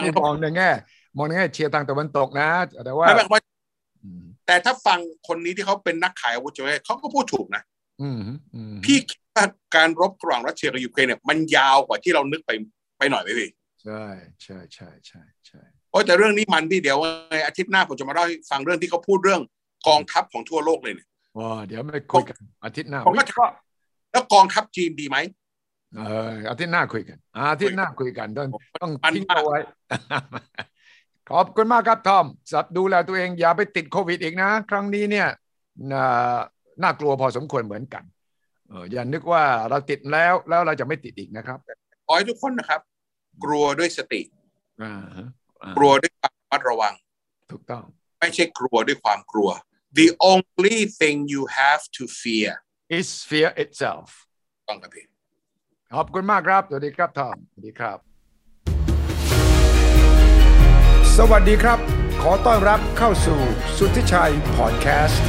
นี่มองในแง่มองในแง่เชียร์ทางตะวันตกนะแต่ว่า
ไม่ไม่ไม่
อืม
แต่ถ้าฟังคนนี้ที่เขาเป็นนักขายอาวุธจะเขาก็พูดถูกนะ
อืมอืม
พี่คิดว่าการรบระหว่างรัสเซียกับยูเครนเนี่ยมันยาวกว่าที่เรานึกไปไปหน่อยไหมพี่
ใช่ใช่ใช่ใช่ใช่
โอ้ยแต่เรื่องนี้มันพี่เดี๋ยวไงอาทิตย์หน้าผมจะมาเล่าให้ฟังเรื่องที่เขาพูดเรื่องกองทัพของทั่วโลกเลยเนี่ย
ว่าเดี๋ยวไม่คุยกันอาทิตย์หน้า
ผมก็
วิเคราะห์
แล้วกองทัพจีนดีไหม
เอออาทิตย์หน้าคุยกัน อาทิตย์หน้าคุยกันต้องต้อง
มัน
ทิ้ง
มาก
เอาไว้ <laughs> ขอบคุณมากครับทอมสับดูแลตัวเองอย่าไปติดโควิดอีกนะ ครั้งนี้เนี่ยน่าน่ากลัวพอสมควรเหมือนกันเอออย่านึกว่าเราติดแล้วแล้วเราจะไม่ติดอีกนะครับ
ขอให้ทุกคนนะครับ กลัวด้วยสติ
อ่าฮะอ่าก
ลัวด้วยความระมัดระวัง
ถูกต้อง
ไม่ใช่กลัวด้วยความกลัว the only thing you have to fear
is fear itself
ต้องครับพี่
ขอบคุณมากครับสวัสดีครับทอมสวัสดีครับ สวัสดีครับ ขอต้อนรับเข้าสู่สุทธิชัยพอดแคสต์